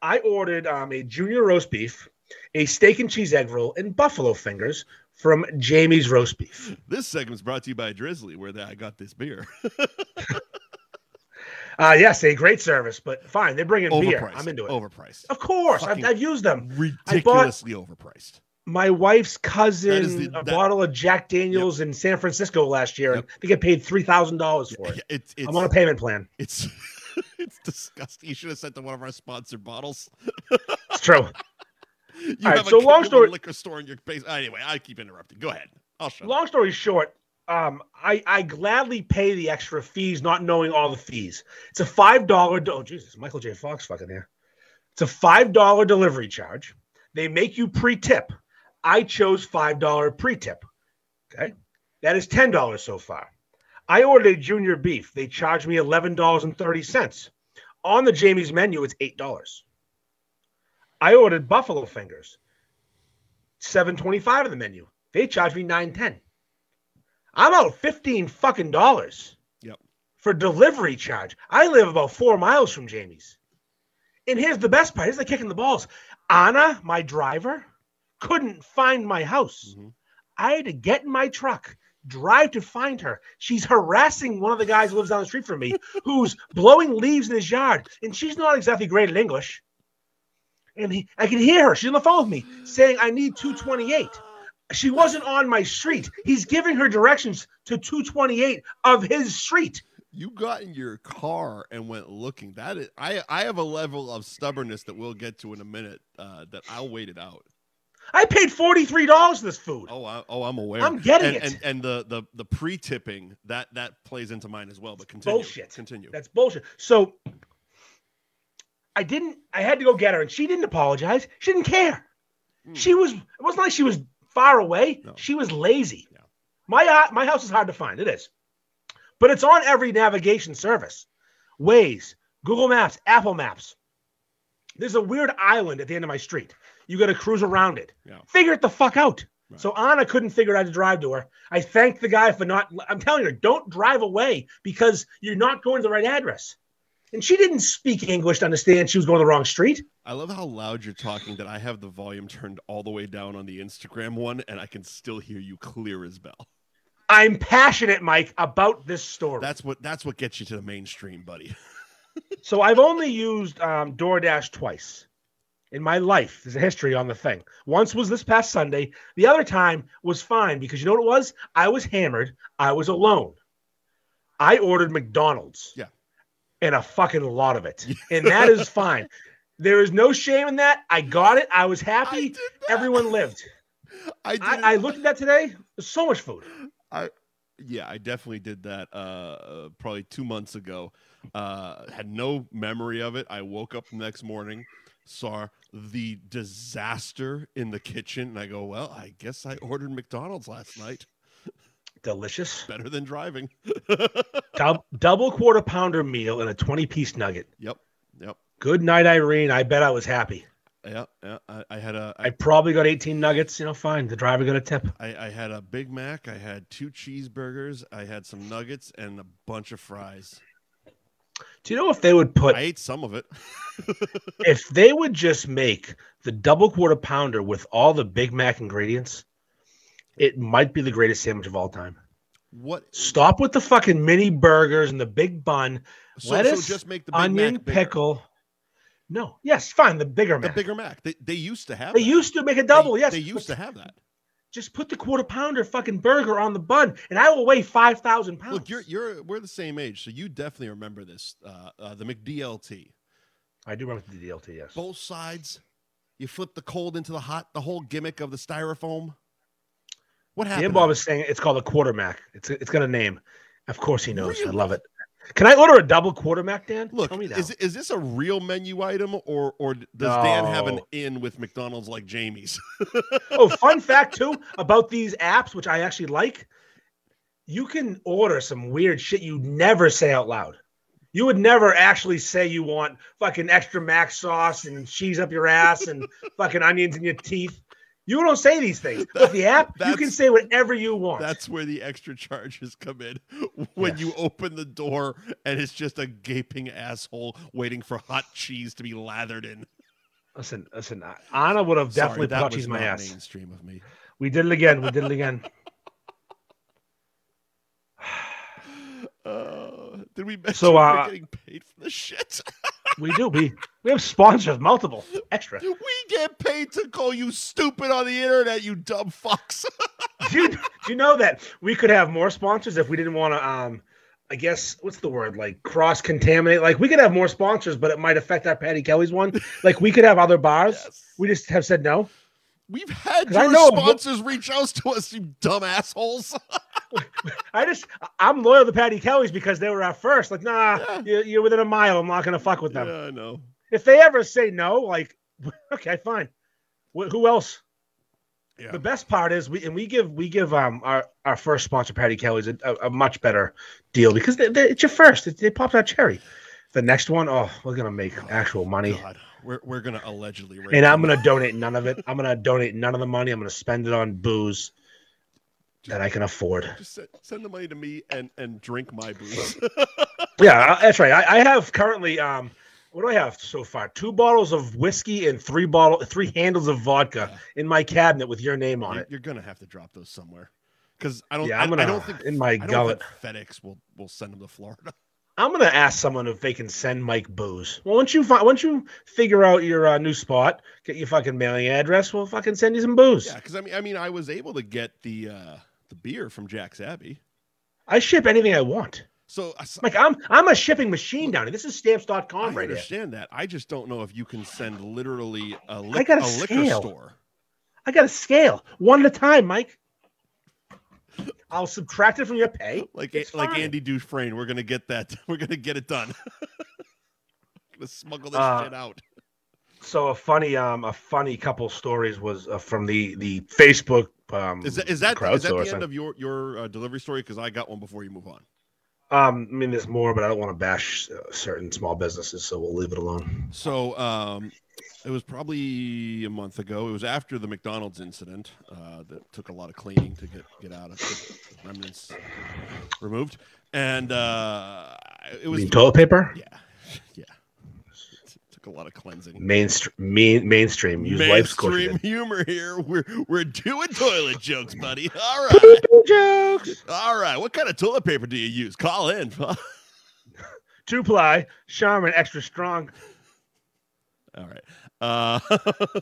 B: I ordered um, a junior roast beef, a steak and cheese egg roll, and buffalo fingers from Jamie's Roast Beef.
A: This segment's brought to you by Drizzly, where the, I got this beer.
B: Uh, yes, a great service, but fine. They bring in beer. I'm into it.
A: Overpriced.
B: Of course. I've,
A: Fucking-
B: I've used them.
A: Ridiculously overpriced.
B: My wife's cousin,
A: the-
B: a
A: that-
B: bottle of Jack Daniels in San Francisco last year, and they get paid $3,000 for it.
A: Yeah, it's it's
B: I'm on a payment plan.
A: it's it's disgusting. You should have sent them one of our sponsored bottles.
B: It's true.
A: You
B: right,
A: have a
B: so
A: kid- you
B: long
A: have a
B: story-
A: liquor store in your base. Anyway, I keep interrupting. Go ahead. I'll shut up.
B: long story short um i i gladly pay the extra fees not knowing all the fees it's a five dollar oh jesus michael j fox fucking here it's a five dollar delivery charge they make you pre-tip i chose five dollar pre-tip okay that is ten dollars so far i ordered a junior beef they charged me eleven dollars and thirty cents on the jamie's menu it's eight dollars i ordered buffalo fingers 725 on the menu they charged me 910 i'm out 15 fucking dollars
A: Yep.
B: for delivery charge i live about four miles from jamie's and here's the best part here's the kick in the balls anna my driver couldn't find my house
A: Mhm.
B: i had to get in my truck drive to find her she's harassing one of the guys who lives down the street from me who's blowing leaves in his yard and she's not exactly great at english and he, i can hear her she's on the phone with me saying i need 228 she wasn't on my street. He's giving her directions to 228 of his street.
A: You got in your car and went looking. That is, I I have a level of stubbornness that we'll get to in a minute. Uh, that I'll wait it out.
B: I paid $43 for this food.
A: Oh, I, oh, I'm aware.
B: I'm
A: and,
B: getting it.
A: And, and the the the pre tipping that that plays into mine as well. But continue.
B: bullshit.
A: Continue.
B: That's bullshit. So I didn't I had to go get her and she didn't apologize. She didn't care.
A: Mm.
B: She was it wasn't like she was far away.
A: No.
B: She was lazy.
A: Yeah.
B: My uh, my house is hard to find. It is. But it's on every navigation service. Waze, Google Maps, Apple Maps. There's a weird island at the end of my street. You got to cruise around it.
A: Yeah.
B: Figure it the fuck out.
A: Right.
B: So Anna couldn't figure out how to drive to her. I thanked the guy for not. I'm telling her, don't drive away because you're not going to the right address. And she didn't speak English to understand she was going to the wrong street.
A: I love how loud you're talking that I have the volume turned all the way down on the Instagram one and I can still hear you clear as bell.
B: I'm passionate, Mike, about this story.
A: That's what that's what gets you to the mainstream, buddy.
B: so I've only used um, DoorDash twice. in my life. There's a history on the thing. Once was this past Sunday. The other time was fine because you know what it was? I was hammered. I was alone. I ordered McDonald's.
A: Yeah.
B: And a fucking lot of it. And that is fine. There is no shame in that. I got it. I was
A: I
B: happy.
A: did that.
B: Everyone lived.
A: I, did
B: I, I looked at that today. There's so much food.
A: yeah i definitely did that uh, uh probably two months ago uh had no memory of it i woke up the next morning saw the disaster in the kitchen and i go well i guess i ordered mcdonald's last night
B: Delicious.
A: better than driving
B: Dub- double quarter pounder meal and a 20 piece nugget.
A: yep yep
B: Good night, Irene. I bet I was happy.
A: yeah, yeah. I, I had a
B: I
A: I,
B: probably got 18 nuggets. You know, fine. The driver got a tip.
A: I, I had a Big Mac. I had two cheeseburgers. I had some nuggets and a bunch of fries.
B: Do you know if they would put
A: I ate some of it.
B: if they would just make the double quarter pounder with all the Big Mac ingredients, it might be the greatest sandwich of all time.
A: What?
B: Stop with the fucking mini burgers and the big bun,
A: So,
B: Lettuce,
A: so just make the Big
B: onion,
A: Mac bigger.
B: pickle. No, yes, fine, the bigger
A: the
B: Mac.
A: bigger Mac. They, they used to have.
B: they
A: that.
B: used to make a double,
A: They,
B: yes.
A: they used to
B: but
A: have that.
B: Just put the quarter pounder fucking burger on the bun, and I will weigh five thousand pounds.
A: Look, you're you're we're the same age, so you definitely remember this. Uh, uh, the McDLT,
B: I do remember the DLT, yes.
A: both sides. You flip the cold into the hot. The whole gimmick of the styrofoam. What happened?
B: Dan
A: to
B: Bob
A: that?
B: is saying it's called a quarter mac. It's it's got a name. Of course he knows. I
A: Really?
B: love it. Can I order a double quarter mac, Dan?
A: Look,
B: Tell me now.
A: is is this a real menu item, or or does Dan have an
B: No.
A: in with McDonald's like Jamie's?
B: oh, fun fact too about these apps, which I actually like. You can order some weird shit you never say out loud. You would never actually say you want fucking extra mac sauce and cheese up your ass and fucking onions in your teeth. You don't say these things. With the app, you can
A: that's-
B: say whatever you want.
A: That's where the extra charges come in when you
B: Yes.
A: open the door and it's just a gaping asshole waiting for hot cheese to be lathered in.
B: Listen, listen. Anna would have
A: Sorry,
B: definitely
A: that
B: put hot
A: was
B: cheese in my
A: not
B: ass.
A: Mainstream of me.
B: We did it again. We did it again.
A: Uh, did we mention
B: So,
A: we're
B: uh,
A: getting paid for the shit?
B: We do. We we have sponsors, multiple extra.
A: we get paid to call you stupid on the internet, you dumb fucks.
B: do, you, do you know that we could have more sponsors if we didn't want to um i guess what's the word like cross contaminate like we could have more sponsors but it might affect our patty kelly's one like we could have other bars we just have said no
A: We've had
B: 'Cause I
A: your
B: know-
A: sponsors reach out to us, you dumb assholes.
B: i just I- i'm loyal to patty kelly's because they were our first like nah
A: Yeah.
B: you're, you're within a mile i'm not gonna fuck with
A: yeah,
B: them
A: I know.
B: if they ever say no like okay fine Wh- who else
A: Yeah.
B: The best part is we and we give we give um our, our first sponsor Patty Kelly's a, a, a much better deal because they, they, it's your first. It, they popped out cherry. The next one, oh, we're gonna make actual money,
A: God, we're, we're gonna allegedly rape
B: and I'm
A: them.
B: gonna donate none of it. I'm gonna donate none of the money. I'm gonna spend it on booze that I can afford.
A: just send, send the money to me and and drink my booze.
B: Yeah, I- that's right. I, I have currently um what do I have so far? Two bottles of whiskey and three bottle three handles of vodka in my cabinet with your name on
A: You-
B: it.
A: You're gonna have to drop those somewhere because I don't.
B: Yeah,
A: I,
B: I'm gonna
A: I don't think
B: in my
A: I don't
B: gullet.
A: think FedEx will will send them to Florida.
B: I'm gonna ask someone if they can send Mike booze. Well, once you find, once you figure out your uh, new spot, get your fucking mailing address, we'll fucking send you some booze.
A: Yeah, because I mean, I mean, I was able to get the uh the beer from Jack's Abbey.
B: I ship anything I want.
A: So I, s-
B: Like I'm, I'm a shipping machine down here. This is
A: I
B: stamps.com right here.
A: understand that. I just don't know if you can send literally a, lic-
B: got a
A: a liquor
B: scale.
A: store.
B: I got a scale, one at a time, Mike. I'll subtract it from your pay.
A: Like
B: It's
A: like
B: fine.
A: Andy Dufresne, we're gonna get that. We're gonna get it done. gonna smuggle this
B: Uh,
A: shit out.
B: So a funny, um, a funny couple stories was uh, from the the Facebook. Um,
A: Is that is that, is that the
B: crowdsourcing.
A: end of your your uh, delivery story? Because I got one before you move on.
B: Um, I mean, there's more, but I don't want to bash uh, certain small businesses, so we'll leave it alone.
A: So um, it was probably a month ago. It was after the McDonald's incident uh, that took a lot of cleaning to get get out of get remnants removed, and uh, it
B: You
A: was
B: mean toilet paper?
A: yeah, yeah. It took a lot of cleansing.
B: mainstream main, mainstream use life's
A: Mainstream
B: question
A: humor here. We're we're doing toilet jokes, buddy. All right,
B: jokes
A: all right. What kind of toilet paper do you use? Call in.
B: two ply charmin extra strong
A: All right. Uh,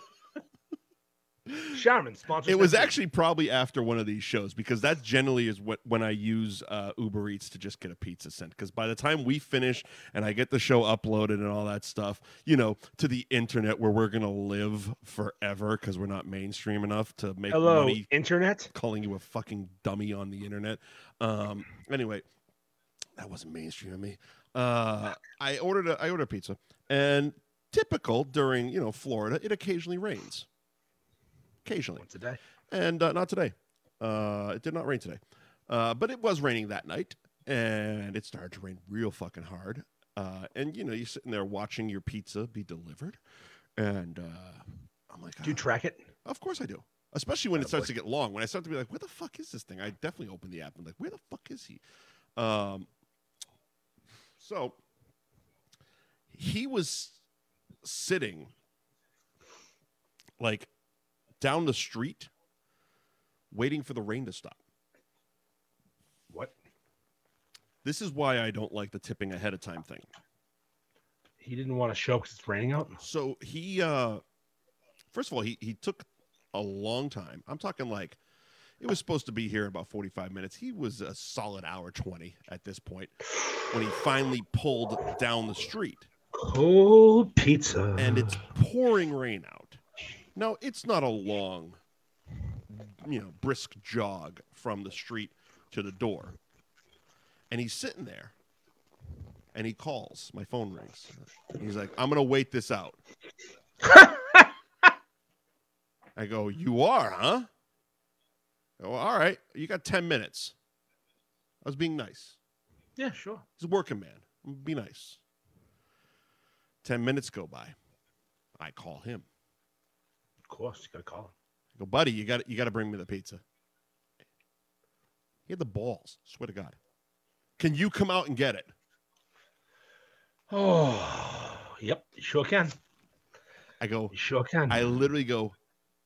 B: Shaman sponsors.
A: it was
B: this.
A: actually probably after one of these shows because that generally is what when I use uh, Uber Eats to just get a pizza sent. Because by the time we finish and I get the show uploaded and all that stuff, you know, to the internet where we're gonna live forever because we're not mainstream enough to make
B: hello
A: money
B: internet.
A: calling you a fucking dummy on the internet. Um, anyway, that wasn't mainstream of me. Uh, I ordered a, I ordered a pizza, and typical during you know Florida, it occasionally rains. Occasionally,
B: Once a day.
A: and uh, not today. Uh, it did not rain today, uh, but it was raining that night, and it started to rain real fucking hard. Uh, and you know, you're sitting there watching your pizza be delivered, and uh, I'm like,
B: Do you
A: "Ah,
B: track it?
A: of course I do. Especially when it
B: Attaboy.
A: starts to get long. When I start to be like, where the fuck is this thing? I definitely open the app and like, where the fuck is he? Um, so he was sitting like down the street waiting for the rain to stop.
B: What?
A: This is why I don't like the tipping ahead of time thing.
B: He didn't want to show because it's raining out.
A: So he, uh, first of all, he, he took a long time. I'm talking like it was supposed to be here in about 45 minutes. He was a solid hour 20 at this point when he finally pulled down the street
B: Cold pizza.
A: and it's pouring rain out. Now, it's not a long, you know, brisk jog from the street to the door. And he's sitting there and he calls. My phone rings. He's like, I'm going to wait this out. I go, You are, huh? I go, all right. You got 10 minutes. I was being nice.
B: yeah, sure.
A: He's a working man. Be nice. Ten minutes go by. I call him.
B: Of course, you gotta call him.
A: I go, buddy, you got you got to bring me the pizza. He had the balls. Swear to God. Can you come out and get it?
B: Oh, yep. You sure can.
A: I go.
B: You sure can.
A: I literally go.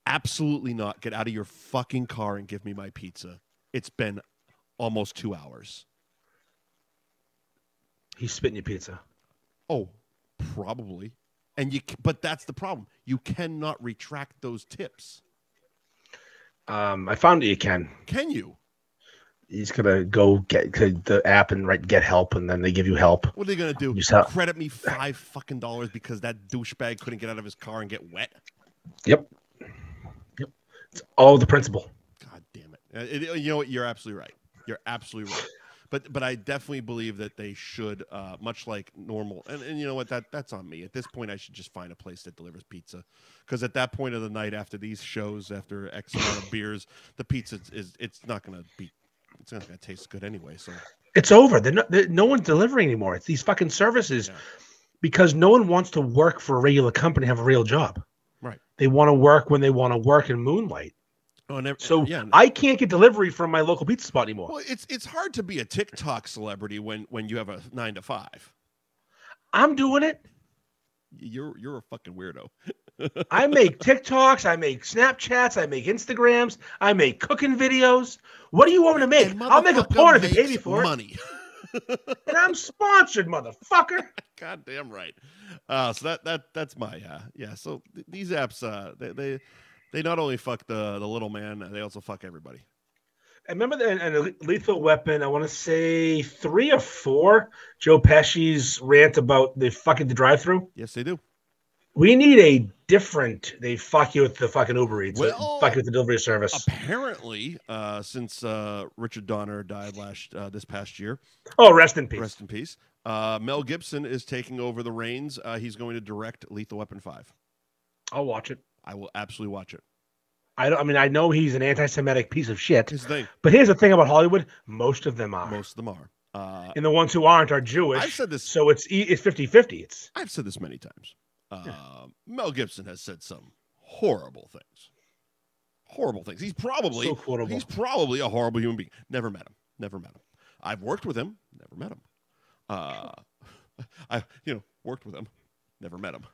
A: Absolutely not. Get out of your fucking car and give me my pizza. It's been almost two hours.
B: He's spitting your pizza.
A: Oh, probably. And you, c- but that's the problem. You cannot retract those tips.
B: Um, I found that you can.
A: Can you?
B: He's gonna go get to the app and write get help, and then they give you help.
A: What are they gonna do?
B: You sound-
A: Credit me five fucking dollars because that douchebag couldn't get out of his car and get wet.
B: Yep. Yep. It's all the principle.
A: God damn it. Uh, it- You know what? You're absolutely right. You're absolutely right. But but I definitely believe that they should, uh, much like normal. And, and you know what? That that's on me. At this point, I should just find a place that delivers pizza, because at that point of the night, after these shows, after X amount of beers, the pizza is it's not gonna be. It's not gonna taste good anyway. So
B: It's over. They're not, they no one's delivering anymore. It's these fucking services
A: Yeah.
B: because no one wants to work for a regular company, and have a real job.
A: Right.
B: They want to work when they want to work in moonlight.
A: oh, and ev-
B: So
A: yeah, and-
B: I can't get delivery from my local pizza spot anymore.
A: well, it's it's hard to be a TikTok celebrity when when you have a nine to five.
B: I'm doing it.
A: you're you're a fucking weirdo.
B: I make TikToks, I make Snapchats, I make Instagrams, I make cooking videos. What do you want me to make?
A: And
B: I'll make a
A: motherfucker
B: porn if you pay
A: makes
B: me for
A: money.
B: it. And I'm sponsored, motherfucker.
A: God damn right. Uh, so that that that's my uh, yeah. So th- these apps uh, they they they not only fuck the the little man, they also fuck everybody.
B: I remember that in, in Lethal Weapon, I want to say three or four, Joe Pesci's rant about the fucking the drive through.
A: Yes, they do.
B: We need a different, they fuck you with the fucking Uber Eats, they
A: Well,
B: fuck you with the delivery service.
A: Apparently, uh, since uh, Richard Donner died last uh, this past year,
B: Oh, rest in peace.
A: rest in peace. Uh, Mel Gibson is taking over the reins. Uh, he's going to direct Lethal Weapon Five.
B: I'll watch it.
A: I will absolutely watch it.
B: I don't. I mean, I know he's an anti-Semitic piece of shit,
A: Here's the thing:
B: but here's the thing about Hollywood: most of them are,
A: most of them are. Uh,
B: and the ones who aren't are
A: I've
B: Jewish.
A: said this
B: So it's e- it's 50-50. It's
A: I've said this many times. Uh,
B: Yeah.
A: Mel Gibson has said some horrible things. Horrible things. He's probably
B: so quotable.
A: he's probably a horrible human being. Never met him. Never met him. I've worked with him. Never met him. Uh, I you know worked with him. Never met him.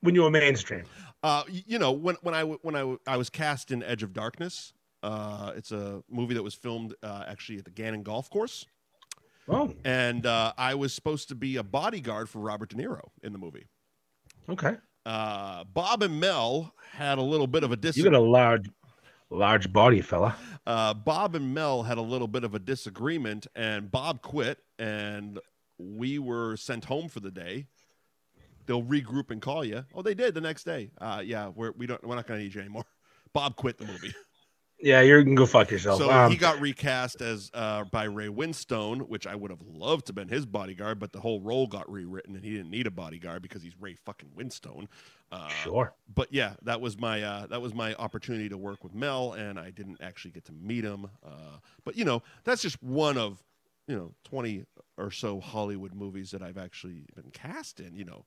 B: when you were mainstream,
A: Uh, y- you know when when I w- when I, w- I was cast in Edge of Darkness. Uh, it's a movie that was filmed uh, actually at the Gannon Golf Course,
B: oh,
A: and uh, I was supposed to be a bodyguard for Robert De Niro in the movie.
B: okay.
A: Uh, Bob and Mel had a little bit of a
B: You got
A: disagreement.
B: a large, large body, fella.
A: Uh, Bob and Mel had a little bit of a disagreement, and Bob quit, and we were sent home for the day. They'll regroup and call you. Oh, they did the next day. Uh, yeah, we're we don't we're not going to need you anymore. Bob quit the movie.
B: Yeah, you can go fuck yourself.
A: So
B: Um,
A: he got recast as uh, by Ray Winstone, which I would have loved to have been his bodyguard, but the whole role got rewritten and he didn't need a bodyguard because he's Ray fucking Winstone. Uh,
B: sure.
A: But yeah, that was my uh, that was my opportunity to work with Mel, and I didn't actually get to meet him. Uh, but you know, that's just one of you know twenty or so Hollywood movies that I've actually been cast in. You know,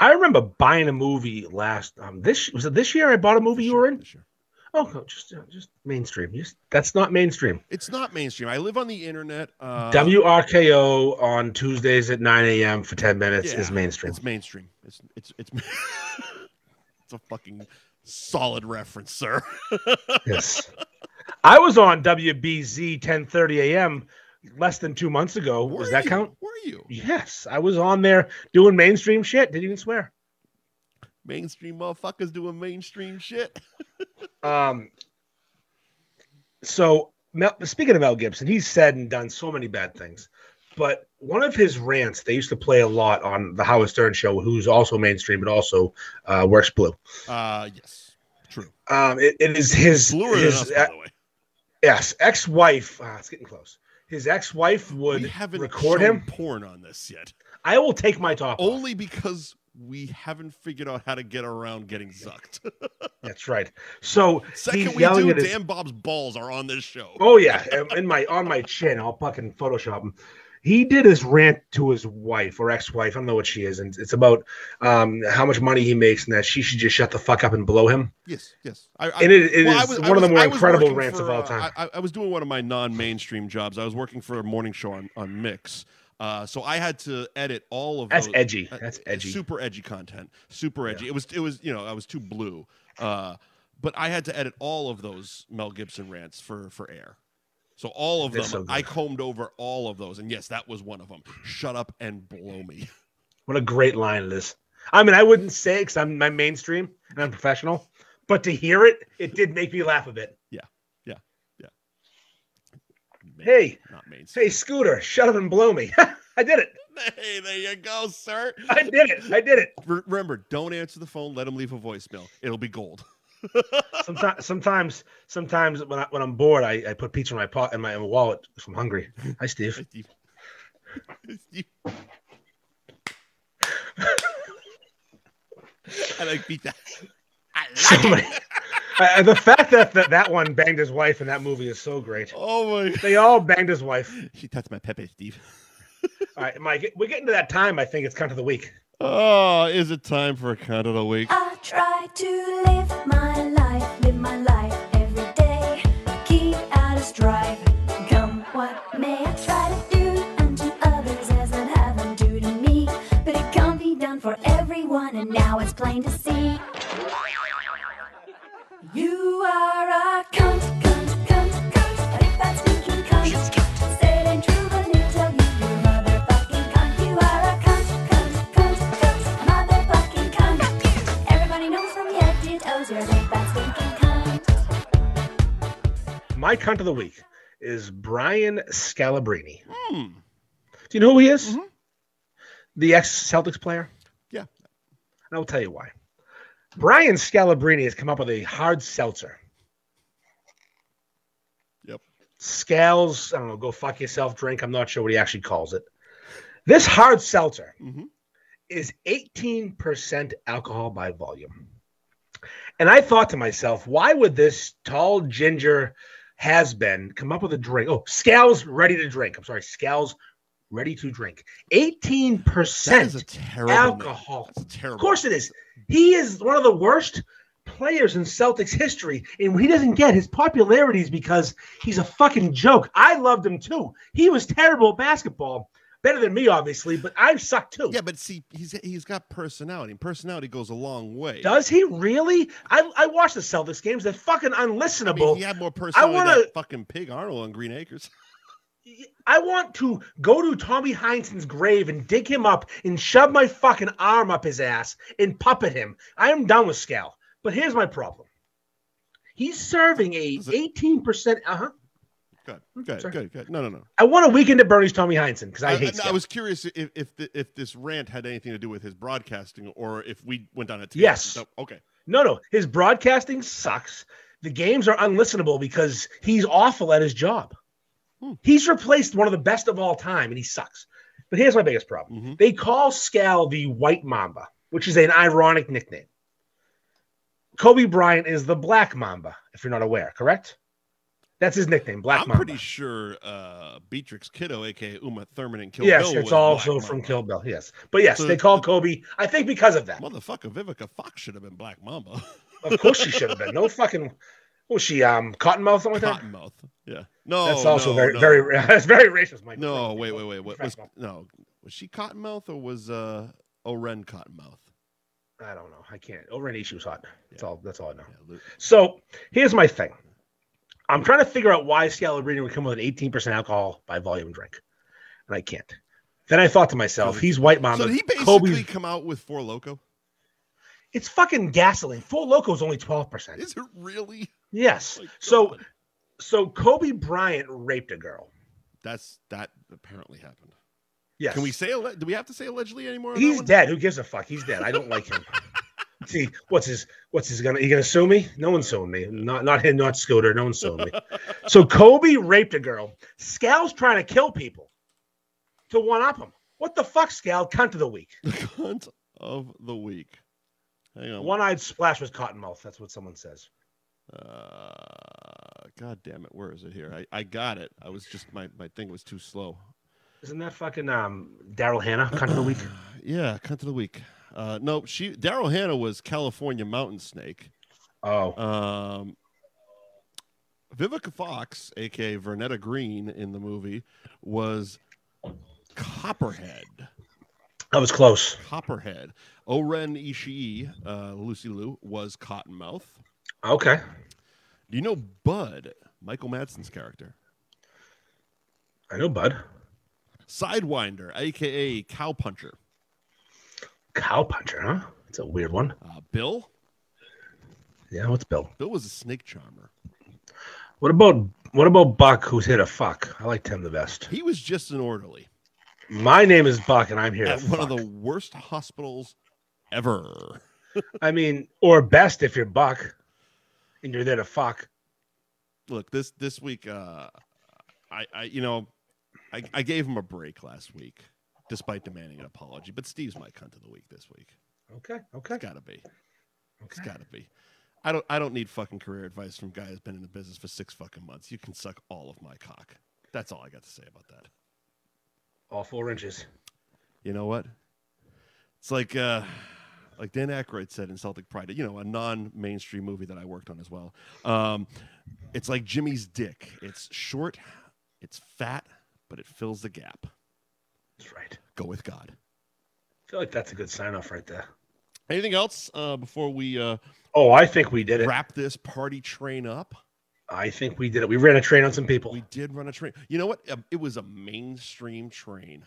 B: I remember buying a movie last. Um, this was it. This year I bought a movie
A: this
B: you
A: year-
B: were in.
A: this year.
B: Oh, no, just uh, just mainstream. Just, that's not mainstream.
A: It's not mainstream. I live on the internet. Uh,
B: WRKO on Tuesdays at 9 a.m. for 10 minutes
A: Yeah,
B: is mainstream.
A: It's mainstream. It's it's it's it's a fucking solid reference, sir.
B: yes. I was on WBZ 10:30 a.m. less than two months ago.
A: Were
B: Does that
A: you?
B: count?
A: Were you
B: Yes, I was on there doing mainstream shit. Didn't even swear.
A: mainstream motherfuckers doing mainstream shit?
B: Um. So Mel, speaking of Mel Gibson, he's said and done so many bad things, but one of his rants they used to play a lot on the Howard Stern show, who's also mainstream but also uh, works blue.
A: Uh yes, true.
B: Um, it, it is his
A: Bluer than
B: his
A: us,
B: uh,
A: by the way.
B: yes ex-wife. Ah, it's getting close. His ex-wife would
A: We haven't shown
B: record him.
A: porn on this yet,
B: I will take my top. off.
A: only because we haven't figured out how to get around getting zucked.
B: That's right. So
A: Second
B: he's
A: we
B: yelling
A: do,
B: at his-
A: damn Bob's balls are on this show.
B: Oh yeah, um, in my on my chin, I'll fucking Photoshop him. He did his rant to his wife or ex-wife, I don't know what she is, and it's about um, how much money he makes and that she should just shut the fuck up and blow him.
A: Yes, yes. I, I,
B: And it, it is
A: Well, I was- I
B: one of the
A: was-
B: more
A: I was
B: incredible
A: working
B: rants
A: for,
B: of all
A: uh,
B: time.
A: I, I- I was doing one of my non-mainstream jobs. I was working for a morning show on, on Mix, uh, so I had to edit all of
B: That's
A: those-
B: edgy.
A: uh,
B: That's
A: uh,
B: edgy.
A: Super edgy content. Super edgy. It was it was you know I was too blue, uh, but I had to edit all of those Mel Gibson rants for for air. So all of them,
B: That's so good.
A: I combed over all of those, and yes, that was one of them. Shut up and blow me.
B: What a great line it is. I mean, I wouldn't say because I'm my mainstream and I'm professional, but to hear it, it did make me laugh a bit.
A: Man,
B: Hey,
A: not mainstream.
B: hey, Scooter, shut up and blow me. I did it.
A: hey, there you go, sir.
B: I did it. I did it.
A: Re- remember, don't answer the phone. Let him leave a voicemail. It'll be gold.
B: sometimes sometimes sometimes when I, when I'm bored, I, I put pizza in my pot in my, in my wallet if I'm hungry. Hi, Steve.
A: You- you- I like beat that. I like
B: Somebody, I- I- the fact that, that that one banged his wife in that movie is so great.
A: Oh my!
B: They all banged his wife.
A: She touched my pepe, Steve.
B: All right, Mike, we're getting to that time. I think it's kind of the week.
A: Oh, is it time for a cunt of the week?
B: Uh,
C: I try to live my life, live my life every day. Keep out of strife, come what may. I try to do unto others as I'd have them do to me. But it can't be done for everyone, and now it's plain to see. You are a cunt, cunt, cunt, cunt. But if that's speaking cunt, She's cunt. say it ain't true when they tell you you're motherfucking cunt. You are a cunt, cunt, cunt, cunt. A motherfucking cunt. Everybody knows from the oh, FGOs you're a big fat stinking cunt.
B: My cunt of the week is Brian Scalabrini.
A: Hmm.
B: Do you know who he is?
A: Mhm.
B: The ex Celtics player.
A: Yeah.
B: And I'll tell you why. Brian Scalabrini has come up with a hard seltzer.
A: Yep.
B: Scales, I don't know, go fuck yourself drink. I'm not sure what he actually calls it. This hard seltzer
A: Mhm.
B: is 18% alcohol by volume. And I thought to myself, why would this tall ginger has been come up with a drink? Oh, Scales ready to drink. I'm sorry, Scales ready to drink. 18%.
A: That is a terrible name.
B: alcohol.
A: That's a terrible.
B: Of course it is. He is one of the worst players in Celtics history, and he doesn't get his popularity is because he's a fucking joke. I loved him too. He was terrible at basketball, better than me, obviously, but I suck too.
A: Yeah, but see, he's he's got personality. and Personality goes a long way.
B: Does he really? I, I watched the Celtics games. They're fucking
A: I mean,
B: unlistenable.
A: he had more personality
B: wanna-
A: than fucking pig Arnold on Green Acres.
B: I want to go to Tommy Heinsohn's grave and dig him up and shove my fucking arm up his ass and puppet him. I am done with Scal. But here's my problem. He's serving a
A: Is it-
B: 18%. Uh huh.
A: Good, good,
B: sorry.
A: good, good. No, no, no.
B: I want a weekend at Bernie's Tommy Heinsohn because I, hate
A: no,
B: Scal.
A: I was curious if if, the, if this rant had anything to do with his broadcasting or if we went down a tangent.
B: Yes.
A: So, okay.
B: No, no. His broadcasting sucks. The games are unlistenable because he's awful at his job.
A: Hmm.
B: He's replaced one of the best of all time, and he sucks. But here's my biggest problem.
A: Mhm.
B: They call Scal the White Mamba, which is an ironic nickname. Kobe Bryant is the Black Mamba, if you're not aware, correct? That's his nickname, Black
A: I'm
B: Mamba.
A: pretty sure uh, Beatrix Kiddo, aka Uma Thurman, and Kill
B: yes,
A: Bill
B: it's
A: was
B: also
A: Black
B: from
A: Mamba.
B: Kill Bill. Yes. But yes,
A: So
B: they
A: the-
B: call Kobe, I think because of that.
A: Motherfucker, Vivica Fox should have been Black Mamba.
B: Of course she should have been. No fucking. Was she um, Cottonmouth or something like that?
A: Cottonmouth. Yeah. No.
B: That's also
A: oh, no,
B: very,
A: no.
B: very, that's very racist, Mike.
A: No, wait, wait, wait. What was
B: Respectful.
A: no? Was she Cottonmouth or was uh Oren Cottonmouth?
B: I don't know. I can't. Over an issue was hot. That's all. That's all I know.
A: Yeah, Luke.
B: So here's my thing. I'm trying to figure out why Scalabrini would come with an 18% alcohol by volume drink, and I can't. Then I thought to myself,
A: So-
B: he's white mama.
A: So did he basically
B: Um, Kobe's,
A: come out with Four Loco?
B: it's fucking gasoline. Full Loco's only 12%.
A: Is it really?
B: yes.
A: My
B: So,
A: God.
B: so Kobe Bryant raped a girl.
A: that's that apparently happened.
B: Yes.
A: Can we say? alle- Do we have to say allegedly anymore? on that
B: He's
A: one?
B: dead. Who gives a fuck? He's dead. I don't like him. See, what's his what's his gonna he gonna sue me? No one's suing me. Not not him, not Scooter. No one's suing me. so Kobe raped a girl. Scal's trying to kill people to one up him. What the fuck, Scal? Cunt of the week.
A: The cunt of the week. Hang on.
B: One eyed splash was cottonmouth. That's what someone says.
A: Uh, God damn it! Where is it here? I, I got it. I was just my my thing was too slow.
B: Isn't that fucking um Daryl Hannah? Cunt of the week.
A: Yeah, cunt of the week. Uh, no, she Daryl Hannah was California mountain snake.
B: Oh.
A: Um, Vivica Fox, aka Vernetta Green, in the movie was Copperhead.
B: That was close.
A: Copperhead. Oren Ishii, uh, Lucy Liu, was Cottonmouth.
B: Okay.
A: Do you know Bud, Michael Madsen's character?
B: I know, bud.
A: Sidewinder, aka Cowpuncher.
B: Cowpuncher, huh? It's a weird one.
A: Uh, Bill,
B: Yeah, what's Bill?
A: Bill was a snake charmer.
B: What about what about Buck who's hit a fuck? I liked him the best.
A: He was just an orderly
B: My name is Buck, and I'm here.
A: at
B: to
A: one of
B: fuck.
A: the worst hospitals ever.
B: I mean, or best if you're Buck, and you're there to fuck.
A: Look, this this week, uh, I, I you know, I, I gave him a break last week, despite demanding an apology. But Steve's my cunt of the week this week.
B: Okay, okay,
A: It's
B: okay.
A: gotta be. It's gotta be. I don't. I don't need fucking career advice from a guy who's been in the business for six fucking months. You can suck all of my cock. That's all I got to say about that.
B: All four inches.
A: You know what? It's like, uh, like Dan Aykroyd said in Celtic Pride. You know, a non-mainstream movie that I worked on as well. Um, it's like Jimmy's dick. It's short, it's fat, but it fills the gap.
B: That's right. I
A: Go with God.
B: feel like that's a good sign off right there.
A: Anything else uh, before we uh,
B: Oh, I think we did it.
A: wrap this party train up?
B: I think we did it. We ran a train on some people.
A: We did run a train. You know what? Um, It was a mainstream train.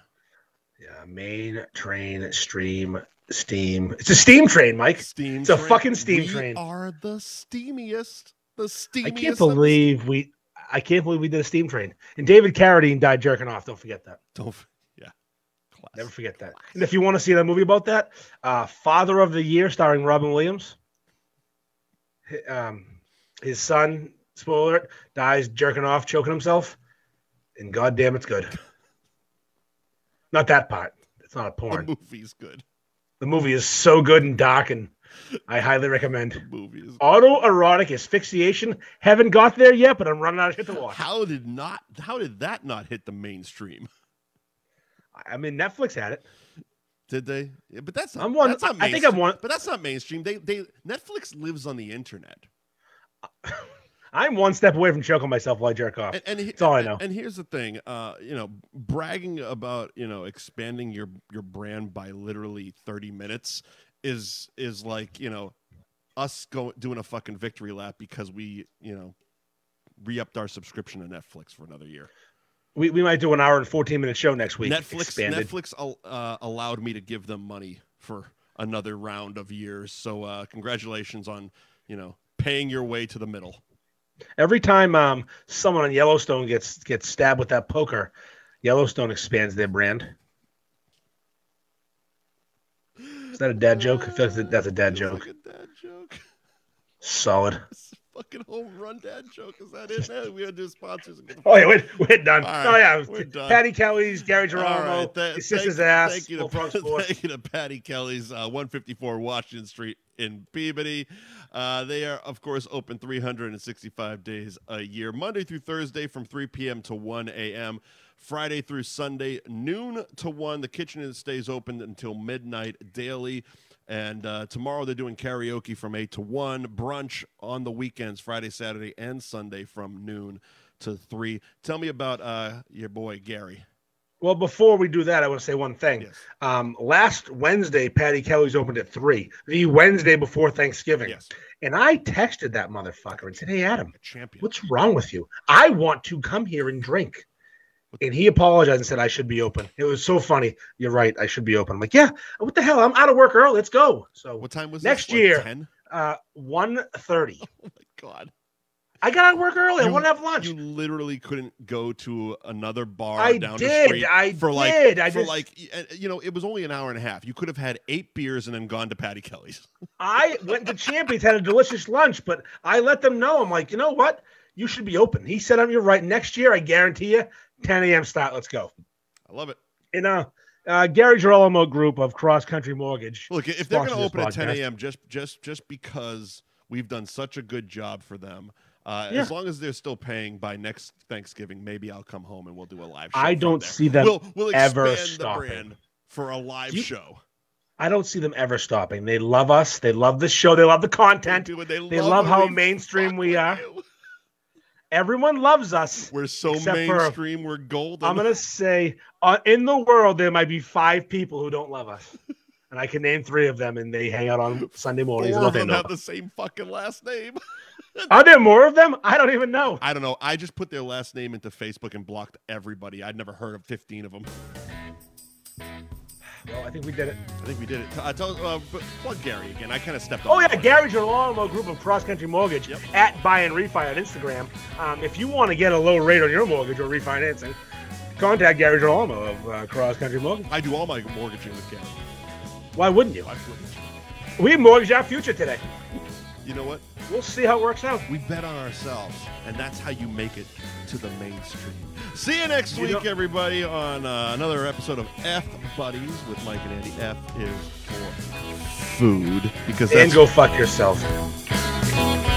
B: Yeah, main train, stream, steam. It's a steam train, Mike.
A: Steam.
B: It's a
A: train.
B: fucking steam
A: We
B: train.
A: Are the steamiest. The steamiest.
B: I
A: of
B: can't
A: the-
B: believe we. I can't believe we did a steam train. And David Carradine died jerking off. Don't forget that.
A: Don't. f- Yeah. Class.
B: Never forget that.
A: Classic.
B: And if you want to see that movie about that, uh, Father of the Year, starring Robin Williams. Hi- Um, his son, spoiler, alert, dies jerking off, choking himself, and goddamn, it's good. Not that part. It's not a
A: The
B: porn.
A: movie's good.
B: The movie is so good and dark, and I highly recommend.
A: The movie is.
B: Autoerotic asphyxiation. Haven't got there yet, but I'm running out of shit to watch.
A: How did not? How did that not hit the mainstream?
B: I mean, Netflix had it.
A: Did they? Yeah, but that's not.
B: I'm one.
A: that's not
B: I think I'm
A: mainstream.
B: one.
A: But that's not mainstream. They they Netflix lives on the internet.
B: I'm one step away from choking myself while I jerk off.
A: And, and he-
B: That's all I
A: and-
B: know.
A: And here's the thing, uh, you know, bragging about you know expanding your your brand by literally 30 minutes is is like you know us going doing a fucking victory lap because we you know re upped our subscription to Netflix for another year.
B: We, we might do an hour and 14 minute show next week.
A: Netflix
B: expanded.
A: Netflix al- uh, allowed me to give them money for another round of years. So uh, congratulations on you know paying your way to the middle.
B: Every time um, someone on Yellowstone gets gets stabbed with that poker, Yellowstone expands their brand. Is that a dad joke? I feel like that- that's a dad
A: Feels
B: joke.
A: like a dad joke.
B: Solid.
A: It's a fucking home run dad joke. Is that it? Man? We had to do sponsors. and get the
B: Oh yeah, we're, we're done.
A: All right,
B: oh yeah,
A: we're done.
B: Patty Kelly's, Gary
A: All
B: Geronimo,
A: right, tha-
B: his sister's
A: thank-
B: ass.
A: Thank you,
B: Bull Frog
A: to,
B: Sports.
A: thank you to Patty Kelly's uh, 154 Washington Street in Peabody. Uh, they are, of course, open 365 days a year, Monday through Thursday from 3 p.m. to 1 a.m. Friday through Sunday, noon to 1. The kitchen is- stays open until midnight daily. And uh, tomorrow they're doing karaoke from 8 to 1, brunch on the weekends, Friday, Saturday, and Sunday from noon to 3. Tell me about uh, your boy, Gary.
B: Well, before we do that, I want to say one thing.
A: Yes.
B: Um, last Wednesday, Patty Kelly's opened at three, the Wednesday before Thanksgiving,
A: Yes.
B: and I texted that motherfucker and said, "Hey, Adam,
A: a champion.
B: what's wrong with you? I want to come here and drink." And he apologized and said, "I should be open." It was so funny. You're right. I should be open. I'm like, "Yeah, what the hell? I'm out of work early. Let's go." So,
A: What time was
B: Next
A: this? Like
B: year.
A: 10?
B: uh, one thirty.
A: Oh my god!
B: I got out of work early. I
A: You-
B: want to have lunch.
A: You literally couldn't go to another bar
B: I
A: down the
B: did.
A: street
B: I
A: for like
B: did. I
A: for
B: just-
A: like y- and- you know it was only an hour and a half. You could have had eight beers and then gone to Patty Kelly's.
B: I went to Champions, had a delicious lunch, but I let them know. I'm like, you know what? You should be open. He said, "I'm. You're right. Next year, I guarantee you, 10 a.m. start. Let's go."
A: I love it.
B: And uh, uh, Gary Girolamo Group of Cross Country Mortgage.
A: Look, if they're going to
B: Sponsor this
A: open at 10
B: podcast.
A: a.m., just just just because we've done such a good job for them. Uh,
B: Yeah.
A: As long as they're still paying by next Thanksgiving, maybe I'll come home and we'll do a live show.
B: I
A: from
B: don't
A: there.
B: see them.
A: we'll, we'll
B: ever
A: expand
B: stopping.
A: the brand for a live
B: You-
A: show.
B: I don't see them ever stopping. They love us. They love the show. They love the content.
A: They, do it. They
B: They love
A: when
B: how
A: we
B: mainstream
A: fuck
B: we
A: with
B: are.
A: you.
B: Everyone loves us.
A: We're so
B: Except for-
A: mainstream. we're golden.
B: I'm gonna say, uh, in the world, there might be five people who don't love us, and I can name three of them, and they hang out on Sunday mornings.
A: Four
B: and
A: of
B: they
A: them
B: know.
A: have the same fucking last name.
B: Are there more of them? I don't even know.
A: I don't know. I just put their last name into Facebook and blocked everybody. I'd never heard of 15 of them.
B: Well, I think we did it.
A: I think we did it. T- Uh, tell, uh, but plug Gary again. I kind of stepped on
B: Oh yeah,
A: that one.
B: Gary Girolamo Group of Cross Country Mortgage
A: Yep.
B: at Buy and Refi on Instagram. Um, if you want to get a low rate on your mortgage or refinancing, contact Gary Girolamo of uh, Cross Country Mortgage.
A: I do all my mortgaging with Gary.
B: Why wouldn't you?
A: I wouldn't.
B: We mortgage our future today.
A: You know what?
B: We'll see how it works out.
A: We bet on ourselves, and that's how you make it to the mainstream. See you next
B: You
A: week,
B: know-
A: everybody, on uh, another episode of F Buddies with Mike and Andy. F is for food because that's
B: And go fuck yourself.
C: Thank